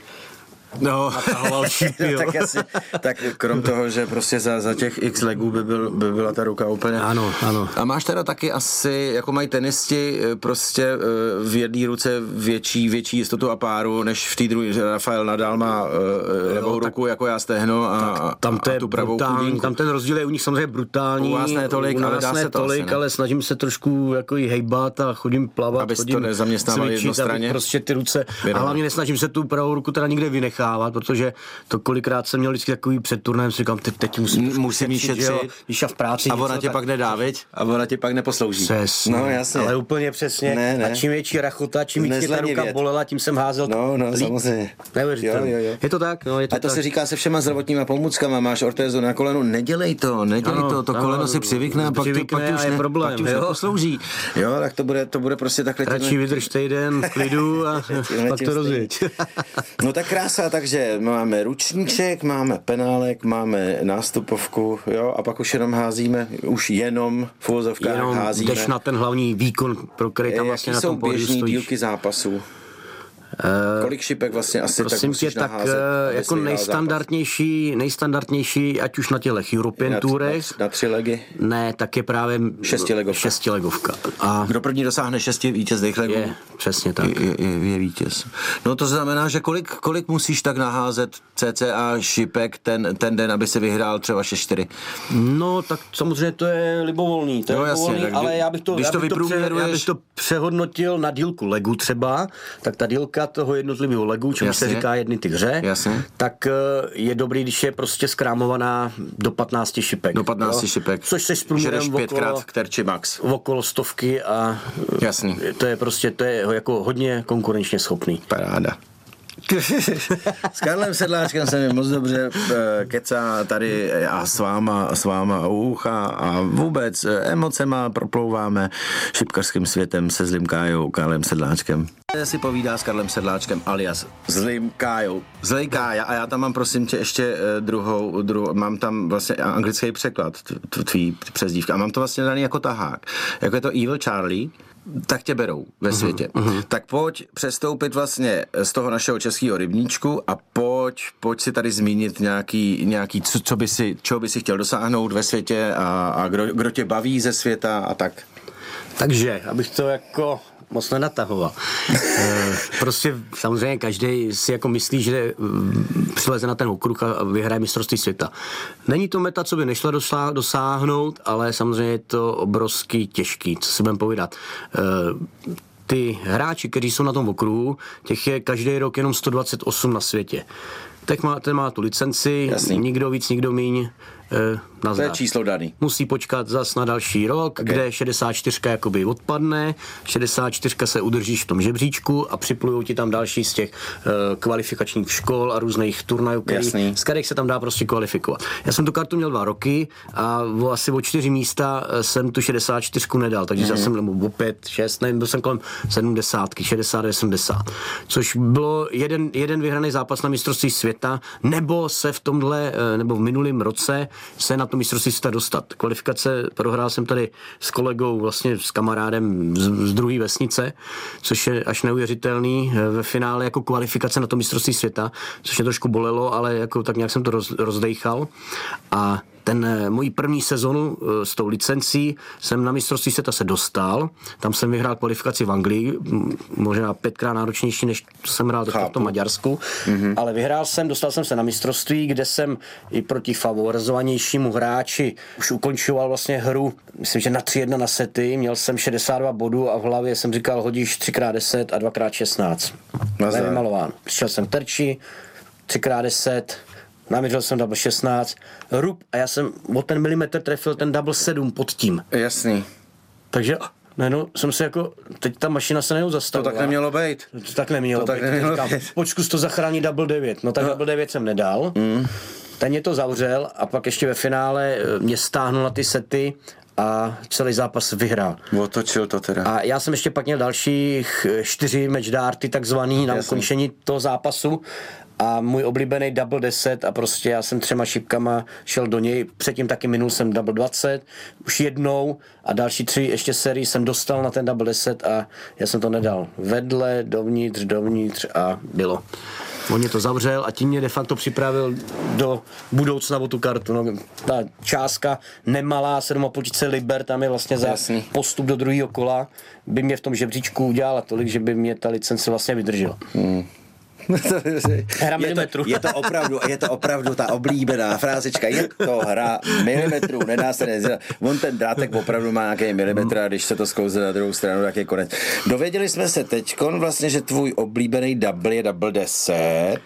[SPEAKER 2] No,
[SPEAKER 3] natahoval šípy, jo.
[SPEAKER 2] tak, jasně, tak krom toho, že prostě za, za těch x legů by, byl, by byla ta ruka úplně...
[SPEAKER 3] Ano, ano.
[SPEAKER 2] A máš teda taky asi, jako mají tenisti, eh, prostě eh, v jedné ruce větší, větší jistotu a páru, než v té druhé. že Rafael Nadal má eh, levou ruku, jako já stehno a,
[SPEAKER 3] tam to
[SPEAKER 2] a
[SPEAKER 3] je
[SPEAKER 2] tu pravou
[SPEAKER 3] brutální,
[SPEAKER 2] chudinku.
[SPEAKER 3] tam ten rozdíl je u nich samozřejmě brutální.
[SPEAKER 2] U vás ne tolik,
[SPEAKER 3] u nás
[SPEAKER 2] ale dá
[SPEAKER 3] ne
[SPEAKER 2] se to
[SPEAKER 3] tolik,
[SPEAKER 2] asi, ne?
[SPEAKER 3] ale snažím se trošku jako jí hejbat a chodím plavat,
[SPEAKER 2] Abys to
[SPEAKER 3] chodím
[SPEAKER 2] nezaměstnával
[SPEAKER 3] cvičit,
[SPEAKER 2] jednostranně?
[SPEAKER 3] abych prostě ty ruce. A
[SPEAKER 2] Vyrovnal.
[SPEAKER 3] hlavně nesnažím se tu pravou ruku teda nikde vynechávat, protože to kolikrát jsem měl vždycky takový před turnajem, si říkám, teď, teď musím,
[SPEAKER 2] M-
[SPEAKER 3] trošku
[SPEAKER 2] musím jí
[SPEAKER 3] že jo,
[SPEAKER 2] šetřit.
[SPEAKER 3] Když já v práci
[SPEAKER 2] A ona
[SPEAKER 3] něco,
[SPEAKER 2] tě
[SPEAKER 3] tak-
[SPEAKER 2] pak nedá, viď? A ona tě pak neposlouží.
[SPEAKER 3] Přesně.
[SPEAKER 2] No jasně.
[SPEAKER 3] Ale úplně přesně.
[SPEAKER 2] Ne, ne.
[SPEAKER 3] A čím větší rachota, čím víc mě ta
[SPEAKER 2] Nezlenivět.
[SPEAKER 3] ruka bolela, tím jsem házel.
[SPEAKER 2] No, no,
[SPEAKER 3] líp.
[SPEAKER 2] samozřejmě.
[SPEAKER 3] Neuvěřitelný.
[SPEAKER 2] Jo, jo, jo.
[SPEAKER 3] Je to tak? No, je to
[SPEAKER 2] A to
[SPEAKER 3] tak.
[SPEAKER 2] se říká se všema zdravotníma pomůckama, máš ortézu na kolenu, nedělej to, nedělej
[SPEAKER 3] Ano,
[SPEAKER 2] to, to
[SPEAKER 3] ano,
[SPEAKER 2] koleno si přivykne a pak, to,
[SPEAKER 3] přivykne
[SPEAKER 2] pak ti
[SPEAKER 3] a
[SPEAKER 2] už
[SPEAKER 3] je
[SPEAKER 2] ne,
[SPEAKER 3] problém,
[SPEAKER 2] pak ti už
[SPEAKER 3] jo?
[SPEAKER 2] neposlouží. Jo, tak to bude, to bude prostě takhle.
[SPEAKER 3] Radši
[SPEAKER 2] tímhle-
[SPEAKER 3] vydrž týden v klidu a
[SPEAKER 2] tímhle
[SPEAKER 3] pak
[SPEAKER 2] tím
[SPEAKER 3] to
[SPEAKER 2] stejně.
[SPEAKER 3] rozvěď.
[SPEAKER 2] No tak krása, takže máme ručníček, máme penálek, máme nástupovku, jo, a pak už jenom házíme, už jenom v uvozovkách
[SPEAKER 3] Jenom
[SPEAKER 2] házíme. Eh,
[SPEAKER 3] jdeš na ten hlavní výkon, pro který tam vlastně
[SPEAKER 2] Jaký
[SPEAKER 3] na
[SPEAKER 2] jsou
[SPEAKER 3] tom pódiu
[SPEAKER 2] běžný
[SPEAKER 3] stojíš. Eh,
[SPEAKER 2] dílky zápasů? Kolik šipek vlastně asi tak
[SPEAKER 3] Prosím tě,
[SPEAKER 2] musíš
[SPEAKER 3] tak
[SPEAKER 2] naházet,
[SPEAKER 3] eh,
[SPEAKER 2] abys
[SPEAKER 3] jako
[SPEAKER 2] vyhrál
[SPEAKER 3] nejstandardnější, nejstandardnější, ať už na těch
[SPEAKER 2] zápas?
[SPEAKER 3] European
[SPEAKER 2] Na tři-
[SPEAKER 3] Tourech,
[SPEAKER 2] Na tři legy.
[SPEAKER 3] ne, tak je právě
[SPEAKER 2] Šestilegovka.
[SPEAKER 3] šestilegovka. A
[SPEAKER 2] Kdo první dosáhne šesti vítězných legů?
[SPEAKER 3] je, přesně tak.
[SPEAKER 2] Je, je, je vítěz. No to znamená, že kolik, kolik musíš tak naházet CCA šipek ten, ten den, aby si vyhrál třeba 6-4?
[SPEAKER 3] No, tak samozřejmě to je libovolný, to je
[SPEAKER 2] Jo, jasně,
[SPEAKER 3] libovolný,
[SPEAKER 2] tak kdy-
[SPEAKER 3] ale já bych to,
[SPEAKER 2] když
[SPEAKER 3] já
[SPEAKER 2] to
[SPEAKER 3] bych to, pře- já
[SPEAKER 2] vyprůměruješ-
[SPEAKER 3] bych to přehodnotil na dílku legu třeba, tak ta dílka toho jednotlivého legu, čemu se
[SPEAKER 2] Jasně.
[SPEAKER 3] říká jedny ty hře,
[SPEAKER 2] Jasně.
[SPEAKER 3] tak eh, je dobrý, když je prostě skrámovaná do 15 šipek.
[SPEAKER 2] Do 15
[SPEAKER 3] jo?
[SPEAKER 2] šipek.
[SPEAKER 3] Což se s
[SPEAKER 2] Žereš
[SPEAKER 3] průměrem okolo,
[SPEAKER 2] pětkrát k terči max.
[SPEAKER 3] okolo stovky a eh,
[SPEAKER 2] Jasný.
[SPEAKER 3] to je prostě, to je jako hodně konkurenčně schopný.
[SPEAKER 2] Paráda. s Karlem Sedláčkem se mi moc dobře eh, kecá tady eh, a s váma, s váma u ucha a vůbec eh, emocema proplouváme šipkarským světem se Zlým Kájou, Karlem Sedláčkem. si povídá s Karlem Sedláčkem alias Zlým Kájou. Zlej Kája a já tam mám prosím tě ještě eh, druhou, druhou mám tam vlastně anglický překlad t- t- tvý přezdívka a mám to vlastně daný jako tahák. Jako je to Evil Charlie, tak tě berou ve světě. Tak pojď přestoupit vlastně z toho našeho českého rybníčku a pojď, pojď si tady zmínit nějaký, nějaký co, co by si, čeho by si chtěl dosáhnout ve světě a, a kdo, kdo, tě baví ze světa a tak.
[SPEAKER 3] Takže, abych to jako moc nenatahoval. Eh, prostě samozřejmě každý si jako myslí, že mm, přileze na ten okruh a vyhraje mistrovství světa. Není to meta, co by nešla dosá- dosáhnout, ale samozřejmě je to obrovsky těžký, co si budeme povídat. Eh, ty hráči, kteří jsou na tom okruhu, těch je každý rok jenom 128 na světě. tak má, ten má tu licenci,
[SPEAKER 2] Jasný.
[SPEAKER 3] nikdo víc, nikdo míň. Eh,
[SPEAKER 2] To je
[SPEAKER 3] nazdar.
[SPEAKER 2] číslo daný.
[SPEAKER 3] musí počkat zas na další rok, okay. kde 64 jakoby odpadne, 64 se udržíš v tom žebříčku a připlujou ti tam další z těch eh, kvalifikačních škol a různých turnajů, který,
[SPEAKER 2] Jasný.
[SPEAKER 3] z kterých se tam dá prostě kvalifikovat. Já jsem tu kartu měl dva roky a o asi o čtyři místa eh, jsem tu 64 nedal, takže mm. já jsem nebo o pět, šest, nevím, byl jsem kolem 70, 60, 80. Což bylo jeden, jeden vyhraný zápas na mistrovství světa, nebo se v tomhle, eh, nebo v minulém roce se na to mistrovství světa dostat. Kvalifikace prohrál jsem tady s kolegou, vlastně s kamarádem z, z druhé vesnice, což je až neuvěřitelný eh, ve finále jako kvalifikace na to mistrovství světa, což mě trošku bolelo, ale jako tak nějak jsem to roz, rozdejchal. A ten eh, můj první sezonu eh, s tou licencí jsem na mistrovství světa se dostal. Tam jsem vyhrál kvalifikaci v Anglii, m, možná pětkrát náročnější, než co jsem hrál teďka v tom Maďarsku.
[SPEAKER 2] Mhm.
[SPEAKER 3] Mm-hmm. Ale vyhrál jsem, dostal jsem se na mistrovství, kde jsem i proti favorizovanějšímu hráči už ukončoval vlastně hru, myslím, že na 3-1 na sety, měl jsem 62 bodů a v hlavě jsem říkal, hodíš 3x10 a 2x16.
[SPEAKER 2] Nazdar.
[SPEAKER 3] Nevymalován. Přišel jsem v terči, 3x10, naměřil jsem double 16, rup a já jsem o ten milimetr trefil ten double 7 pod tím.
[SPEAKER 2] Jasný.
[SPEAKER 3] Takže najednou jsem se jako, teď ta mašina se najednou
[SPEAKER 2] To
[SPEAKER 3] zastavila.
[SPEAKER 2] tak nemělo být.
[SPEAKER 3] No To tak nemělo.
[SPEAKER 2] To tak
[SPEAKER 3] být.
[SPEAKER 2] nemělo
[SPEAKER 3] Říkám,
[SPEAKER 2] být.
[SPEAKER 3] Počku to zachrání double 9. No tak no. double 9 jsem nedal. Mm. Ten mě to zavřel a pak ještě ve finále eh, mě stáhnul na ty sety a celý zápas vyhrál.
[SPEAKER 2] Otočil to teda.
[SPEAKER 3] A já jsem ještě pak měl dalších eh, čtyři matchdárty takzvaný na
[SPEAKER 2] Jasný.
[SPEAKER 3] ukončení toho zápasu a můj oblíbený double 10 a prostě já jsem třema šipkama šel do něj, předtím taky minul jsem double 20, už jednou a další tři ještě sérii jsem dostal na ten double 10 a já jsem to nedal. Vedle, dovnitř, dovnitř a bylo. On mě to zavřel a tím mě de facto připravil do budoucna o tu kartu. No, ta částka nemalá, 7,5 tisíce liber, tam je vlastně za
[SPEAKER 2] Jasný.
[SPEAKER 3] postup do druhého kola, by mě v tom žebříčku udělala tolik, že by mě ta licence vlastně vydržela. Hra
[SPEAKER 2] je, to,
[SPEAKER 3] milimetrů.
[SPEAKER 2] je, to opravdu, je to opravdu ta oblíbená frázička, je to hra milimetrů, nedá se nezdělat. On ten drátek opravdu má nějaký milimetr a když se to sklouze na druhou stranu, tak je konec. Dověděli jsme se teď vlastně, že tvůj oblíbený double je double 10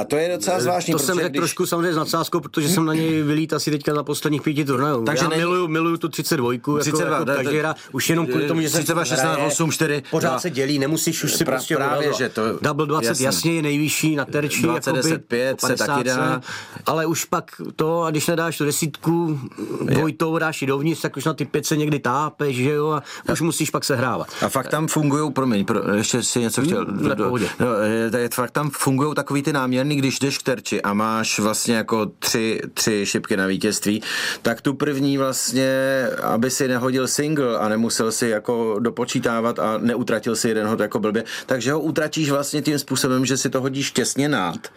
[SPEAKER 2] a to je docela zvláštní,
[SPEAKER 3] to jsem
[SPEAKER 2] protože
[SPEAKER 3] řekl
[SPEAKER 2] když...
[SPEAKER 3] když... trošku samozřejmě s nadsázkou, protože jsem na něj vylít asi teďka za posledních pěti turnajů.
[SPEAKER 2] Takže
[SPEAKER 3] Takže Já
[SPEAKER 2] není-
[SPEAKER 3] miluju, miluju tu 32, 32
[SPEAKER 2] 32,
[SPEAKER 3] jako,
[SPEAKER 2] da-
[SPEAKER 3] jako
[SPEAKER 2] da-
[SPEAKER 3] každý hra, už jenom kvůli tomu, že se
[SPEAKER 2] 32, 16,
[SPEAKER 3] hraje,
[SPEAKER 2] 8, 4,
[SPEAKER 3] pořád
[SPEAKER 2] dva.
[SPEAKER 3] se dělí, nemusíš už si
[SPEAKER 2] No. Pra-
[SPEAKER 3] prostě
[SPEAKER 2] právě,
[SPEAKER 3] odhadovat.
[SPEAKER 2] že to-
[SPEAKER 3] Double 20
[SPEAKER 2] jasný.
[SPEAKER 3] jasně, je nejvyšší na terči,
[SPEAKER 2] 20,
[SPEAKER 3] jakoby,
[SPEAKER 2] 10, 5 se
[SPEAKER 3] 50,
[SPEAKER 2] taky dá.
[SPEAKER 3] ale už pak to, a když nedáš tu desítku, dvojitou dáš i dovnitř, tak už na ty pět se někdy tápeš, že jo, a už musíš pak sehrávat.
[SPEAKER 2] A fakt tam fungují, promiň, pro, ještě si něco chtěl.
[SPEAKER 3] Mm, ne,
[SPEAKER 2] do-
[SPEAKER 3] pohodě.
[SPEAKER 2] no, je- je- fakt tam fungují takový ty náměrný, když jdeš k terči a máš vlastně jako tři, tři šipky na vítězství, tak tu první vlastně, aby si nehodil single a nemusel si jako dopočítávat a neutratil si jeden hod jako blbě, takže ho utratíš vlastně tím způsobem, že si to hodíš těsně nád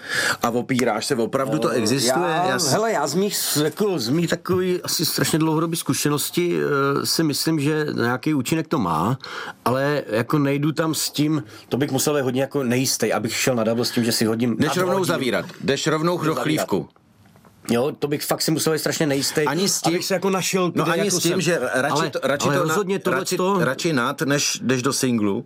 [SPEAKER 2] a opíráš se, opravdu to existuje.
[SPEAKER 3] Já,
[SPEAKER 2] Já,
[SPEAKER 3] já,
[SPEAKER 2] s-
[SPEAKER 3] hele, já z mých, s- jako, z mých takový asi strašně dlouhodobý zkušenosti eh, si myslím, že nějaký účinek to má, ale jako nejdu tam s tím, to bych musel být hodně jako nejistý, abych šel na double s tím, že si hodím...
[SPEAKER 2] jdeš
[SPEAKER 3] a
[SPEAKER 2] rovnou
[SPEAKER 3] hodím.
[SPEAKER 2] zavírat, jdeš rovnou do
[SPEAKER 3] Zavírat.
[SPEAKER 2] chlívku.
[SPEAKER 3] Jo, to bych fakt si musel být strašně nejistý,
[SPEAKER 2] Ani s tím,
[SPEAKER 3] abych se jako našel...
[SPEAKER 2] no
[SPEAKER 3] kde
[SPEAKER 2] ani
[SPEAKER 3] jako
[SPEAKER 2] s tím,
[SPEAKER 3] jsem.
[SPEAKER 2] že radši,
[SPEAKER 3] ale,
[SPEAKER 2] to, radši,
[SPEAKER 3] ale
[SPEAKER 2] to,
[SPEAKER 3] rozhodně
[SPEAKER 2] na,
[SPEAKER 3] tohle
[SPEAKER 2] radši,
[SPEAKER 3] to...
[SPEAKER 2] radši nát, než jdeš do singlu.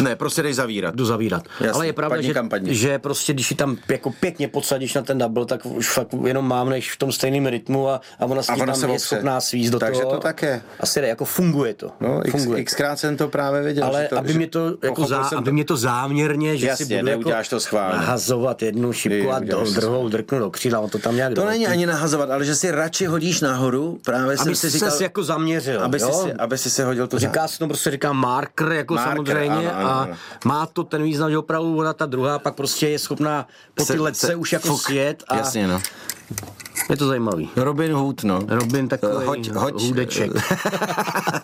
[SPEAKER 2] Ne, prostě jdeš zavírat.
[SPEAKER 3] jdu zavírat.
[SPEAKER 2] Jasně,
[SPEAKER 3] Jasně, Ale je pravda,
[SPEAKER 2] padni
[SPEAKER 3] že,
[SPEAKER 2] kam padni.
[SPEAKER 3] že prostě, když ji tam jako pěkně podsadíš na ten double, tak už fakt jenom mám než v tom stejném rytmu a, a ona, s
[SPEAKER 2] A
[SPEAKER 3] tím
[SPEAKER 2] ona
[SPEAKER 3] tam
[SPEAKER 2] se
[SPEAKER 3] je
[SPEAKER 2] opře.
[SPEAKER 3] schopná svíst do
[SPEAKER 2] Takže
[SPEAKER 3] toho.
[SPEAKER 2] to tak je.
[SPEAKER 3] Asi ne, jako funguje to.
[SPEAKER 2] No, x,
[SPEAKER 3] funguje.
[SPEAKER 2] xkrát jsem to právě viděl.
[SPEAKER 3] ale
[SPEAKER 2] že
[SPEAKER 3] aby
[SPEAKER 2] že-
[SPEAKER 3] mě to, jako
[SPEAKER 2] pochopil
[SPEAKER 3] zá,
[SPEAKER 2] jsem
[SPEAKER 3] aby mě to záměrně, že
[SPEAKER 2] Jasně,
[SPEAKER 3] si budu jako
[SPEAKER 2] neuděláš to schválně.
[SPEAKER 3] nahazovat jednu šipku a
[SPEAKER 2] Neuděláš
[SPEAKER 3] do,
[SPEAKER 2] to
[SPEAKER 3] druhou drknu do křídla, on to tam nějak
[SPEAKER 2] To
[SPEAKER 3] doletí.
[SPEAKER 2] není ani nahazovat, ale že si radši hodíš nahoru, právě
[SPEAKER 3] Aby
[SPEAKER 2] jsem si
[SPEAKER 3] jsi
[SPEAKER 2] říkal,
[SPEAKER 3] se jako zaměřil,
[SPEAKER 2] aby, si,
[SPEAKER 3] jo?
[SPEAKER 2] si- aby si se hodil to
[SPEAKER 3] Říká se to prostě říká marker, jako
[SPEAKER 2] Marker,
[SPEAKER 3] marker, samozřejmě,
[SPEAKER 2] ano, ano,
[SPEAKER 3] ano, ano.
[SPEAKER 2] ano.
[SPEAKER 3] a má to ten význam, že opravdu ona ta druhá pak prostě je schopná po
[SPEAKER 2] Se-
[SPEAKER 3] ty letce
[SPEAKER 2] se-
[SPEAKER 3] už jako
[SPEAKER 2] fuk.
[SPEAKER 3] svět a
[SPEAKER 2] Jasně, no.
[SPEAKER 3] je to zajímavý.
[SPEAKER 2] Robin Hood, no.
[SPEAKER 3] Robin takový
[SPEAKER 2] hoď, hoď.
[SPEAKER 3] hůdeček.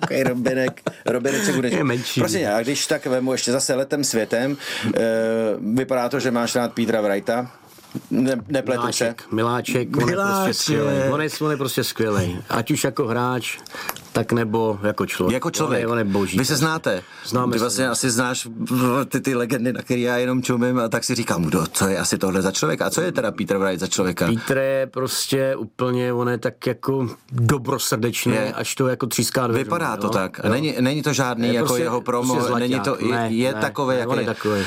[SPEAKER 2] takový Robinek, Robineček budeš.
[SPEAKER 3] Je menší.
[SPEAKER 2] Prosím, tě, a když tak vemu ještě zase letem světem, e, vypadá to, že máš rád Petra Wrighta, ne, nepletu se.
[SPEAKER 3] Miláček, Miláček, on je
[SPEAKER 2] Miláček.
[SPEAKER 3] prostě skvělý. On je, on je prostě skvělý. Ať už jako hráč, tak nebo jako člověk.
[SPEAKER 2] Jako člověk.
[SPEAKER 3] Nebo, nebo
[SPEAKER 2] Vy se znáte.
[SPEAKER 3] Známe
[SPEAKER 2] Ty
[SPEAKER 3] se.
[SPEAKER 2] vlastně asi znáš ty, ty legendy, na které já jenom čumím a tak si říkám, kdo, co je asi tohle za člověka? A co je teda Peter Wright za člověka?
[SPEAKER 3] Petr je prostě úplně, on je tak jako dobrosrdečný,
[SPEAKER 2] Je.
[SPEAKER 3] až to jako tříská dveře.
[SPEAKER 2] Vypadá to tak. Není, není to žádný
[SPEAKER 3] Je
[SPEAKER 2] jako
[SPEAKER 3] prostě-
[SPEAKER 2] jeho promo,
[SPEAKER 3] prostě
[SPEAKER 2] není
[SPEAKER 3] zlaťák.
[SPEAKER 2] to, je,
[SPEAKER 3] Ne,
[SPEAKER 2] je
[SPEAKER 3] ne,
[SPEAKER 2] takový,
[SPEAKER 3] ne,
[SPEAKER 2] jak
[SPEAKER 3] on je
[SPEAKER 2] je.
[SPEAKER 3] takový.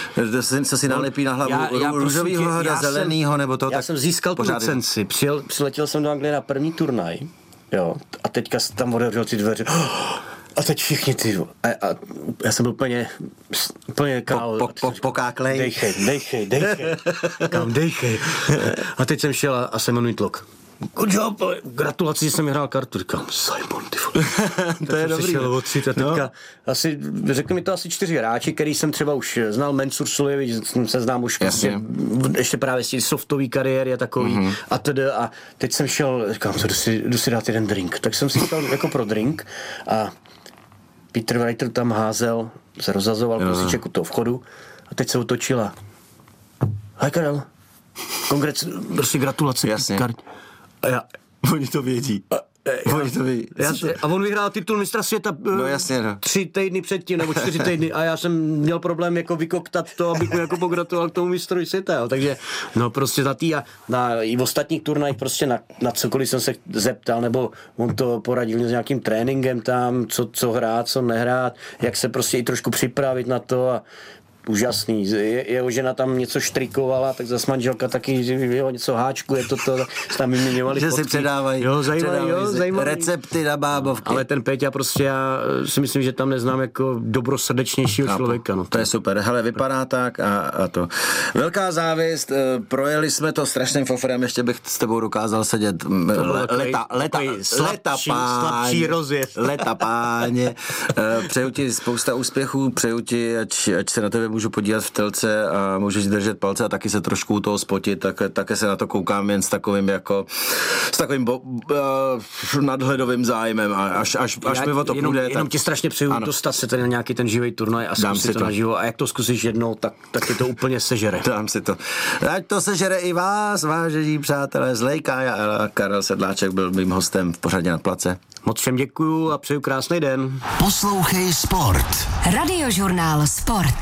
[SPEAKER 2] Ten, co si nalepí na hlavu
[SPEAKER 3] prosím
[SPEAKER 2] růžovýho
[SPEAKER 3] tě,
[SPEAKER 2] hada,
[SPEAKER 3] prostě já jsem-
[SPEAKER 2] zelenýho, nebo to.
[SPEAKER 3] Já
[SPEAKER 2] tak
[SPEAKER 3] jsem získal tu
[SPEAKER 2] pořád je-
[SPEAKER 3] licenci, přijel, přiletěl jsem do Anglie na první turnaj, jo, a teďka se tam otevřel ty dveře, a teď všichni ty, jo. a, a já jsem byl úplně, úplně kál.
[SPEAKER 2] po- po- pokáklej.
[SPEAKER 3] Dejchej, dejchej, dejchej. Kam dejchej. A teď jsem šel a, a jsem jmenuji tlok. Good job, ale gratulaci, že jsem hrál kartu. Říkám, Simon, ty vole.
[SPEAKER 2] To je
[SPEAKER 3] jsem
[SPEAKER 2] dobrý.
[SPEAKER 3] si šel odcít a teďka no. asi, řekli mi to asi čtyři hráči, který jsem třeba už znal, Mensur Sulijevič, s ním se znám už
[SPEAKER 2] Jasně.
[SPEAKER 3] prostě, v- ještě právě z té softové kariéry a takový mm-hmm. a tedy a teď jsem šel, říkám, co, jdu si, jdu si dát jeden drink, tak jsem si šel jako pro drink a Peter Writer tam házel, se rozhazoval kousíček u toho vchodu a teď se otočila. Hej Karel, kongres, prostě gratulace.
[SPEAKER 2] Jasně.
[SPEAKER 3] Kar- A já,
[SPEAKER 2] Oni to vědí. Oni to vědí.
[SPEAKER 3] já,
[SPEAKER 2] Jsi-
[SPEAKER 3] a on vyhrál titul mistra světa no,
[SPEAKER 2] jasně, no.
[SPEAKER 3] tři týdny předtím nebo čtyři týdny a já jsem měl problém jako vykoktat to, abych mu jako pogratuloval k tomu mistrovi světa. Jo. Takže no prostě na tý a na, i v ostatních turnajích prostě na, na cokoliv jsem se zeptal nebo on to poradil s nějakým tréninkem tam, co, co hrát, co nehrát, jak se prostě i trošku připravit na to a úžasný. Je, jeho žena tam něco štrikovala, tak zase manželka taky že jo, něco háčku, je to to, tak se tam vyměňovali
[SPEAKER 2] Že si
[SPEAKER 3] fotky.
[SPEAKER 2] předávají,
[SPEAKER 3] jo, zajímavý,
[SPEAKER 2] předávají
[SPEAKER 3] jo,
[SPEAKER 2] si
[SPEAKER 3] zajímavý.
[SPEAKER 2] recepty na bábovky.
[SPEAKER 3] Ale ten Péťa prostě, já eh, si myslím, že tam neznám jako dobrosrdečnějšího
[SPEAKER 2] Chápu.
[SPEAKER 3] člověka. No.
[SPEAKER 2] To je super. Hele, vypadá tak a, a to. Velká závist, eh, projeli jsme to strašným fofrem, ještě bych s tebou dokázal sedět mm,
[SPEAKER 3] byl
[SPEAKER 2] le,
[SPEAKER 3] takový-
[SPEAKER 2] leta, leta,
[SPEAKER 3] takový
[SPEAKER 2] leta
[SPEAKER 3] slabší-
[SPEAKER 2] páně.
[SPEAKER 3] slabší rozjezd.
[SPEAKER 2] Leta páně. Eh, Přeju ti spousta úspěchů, přeju ti, ať, ať se na tebe můžu podívat v telce a můžeš držet palce a taky se trošku u toho spotit, tak, také se na to koukám jen s takovým jako, s takovým bo, uh, nadhledovým zájmem a až, až, až mi o to
[SPEAKER 3] jenom,
[SPEAKER 2] půjde.
[SPEAKER 3] jenom
[SPEAKER 2] tak-
[SPEAKER 3] ti strašně přeju
[SPEAKER 2] Ano.
[SPEAKER 3] ano. dostat se tady na nějaký ten živý turnaj a
[SPEAKER 2] Dám
[SPEAKER 3] zkusit
[SPEAKER 2] si
[SPEAKER 3] to,
[SPEAKER 2] to.
[SPEAKER 3] to naživo. A jak to zkusíš jednou, tak, tak ti to úplně sežere.
[SPEAKER 2] Dám si to. Ať to sežere i vás, vážení přátelé. Zlejka a Karel Sedláček byl mým hostem v pořadě na place.
[SPEAKER 3] Moc všem děkuju a přeju krásný den.
[SPEAKER 4] Poslouchej Sport.
[SPEAKER 1] Radiožurnál Sport.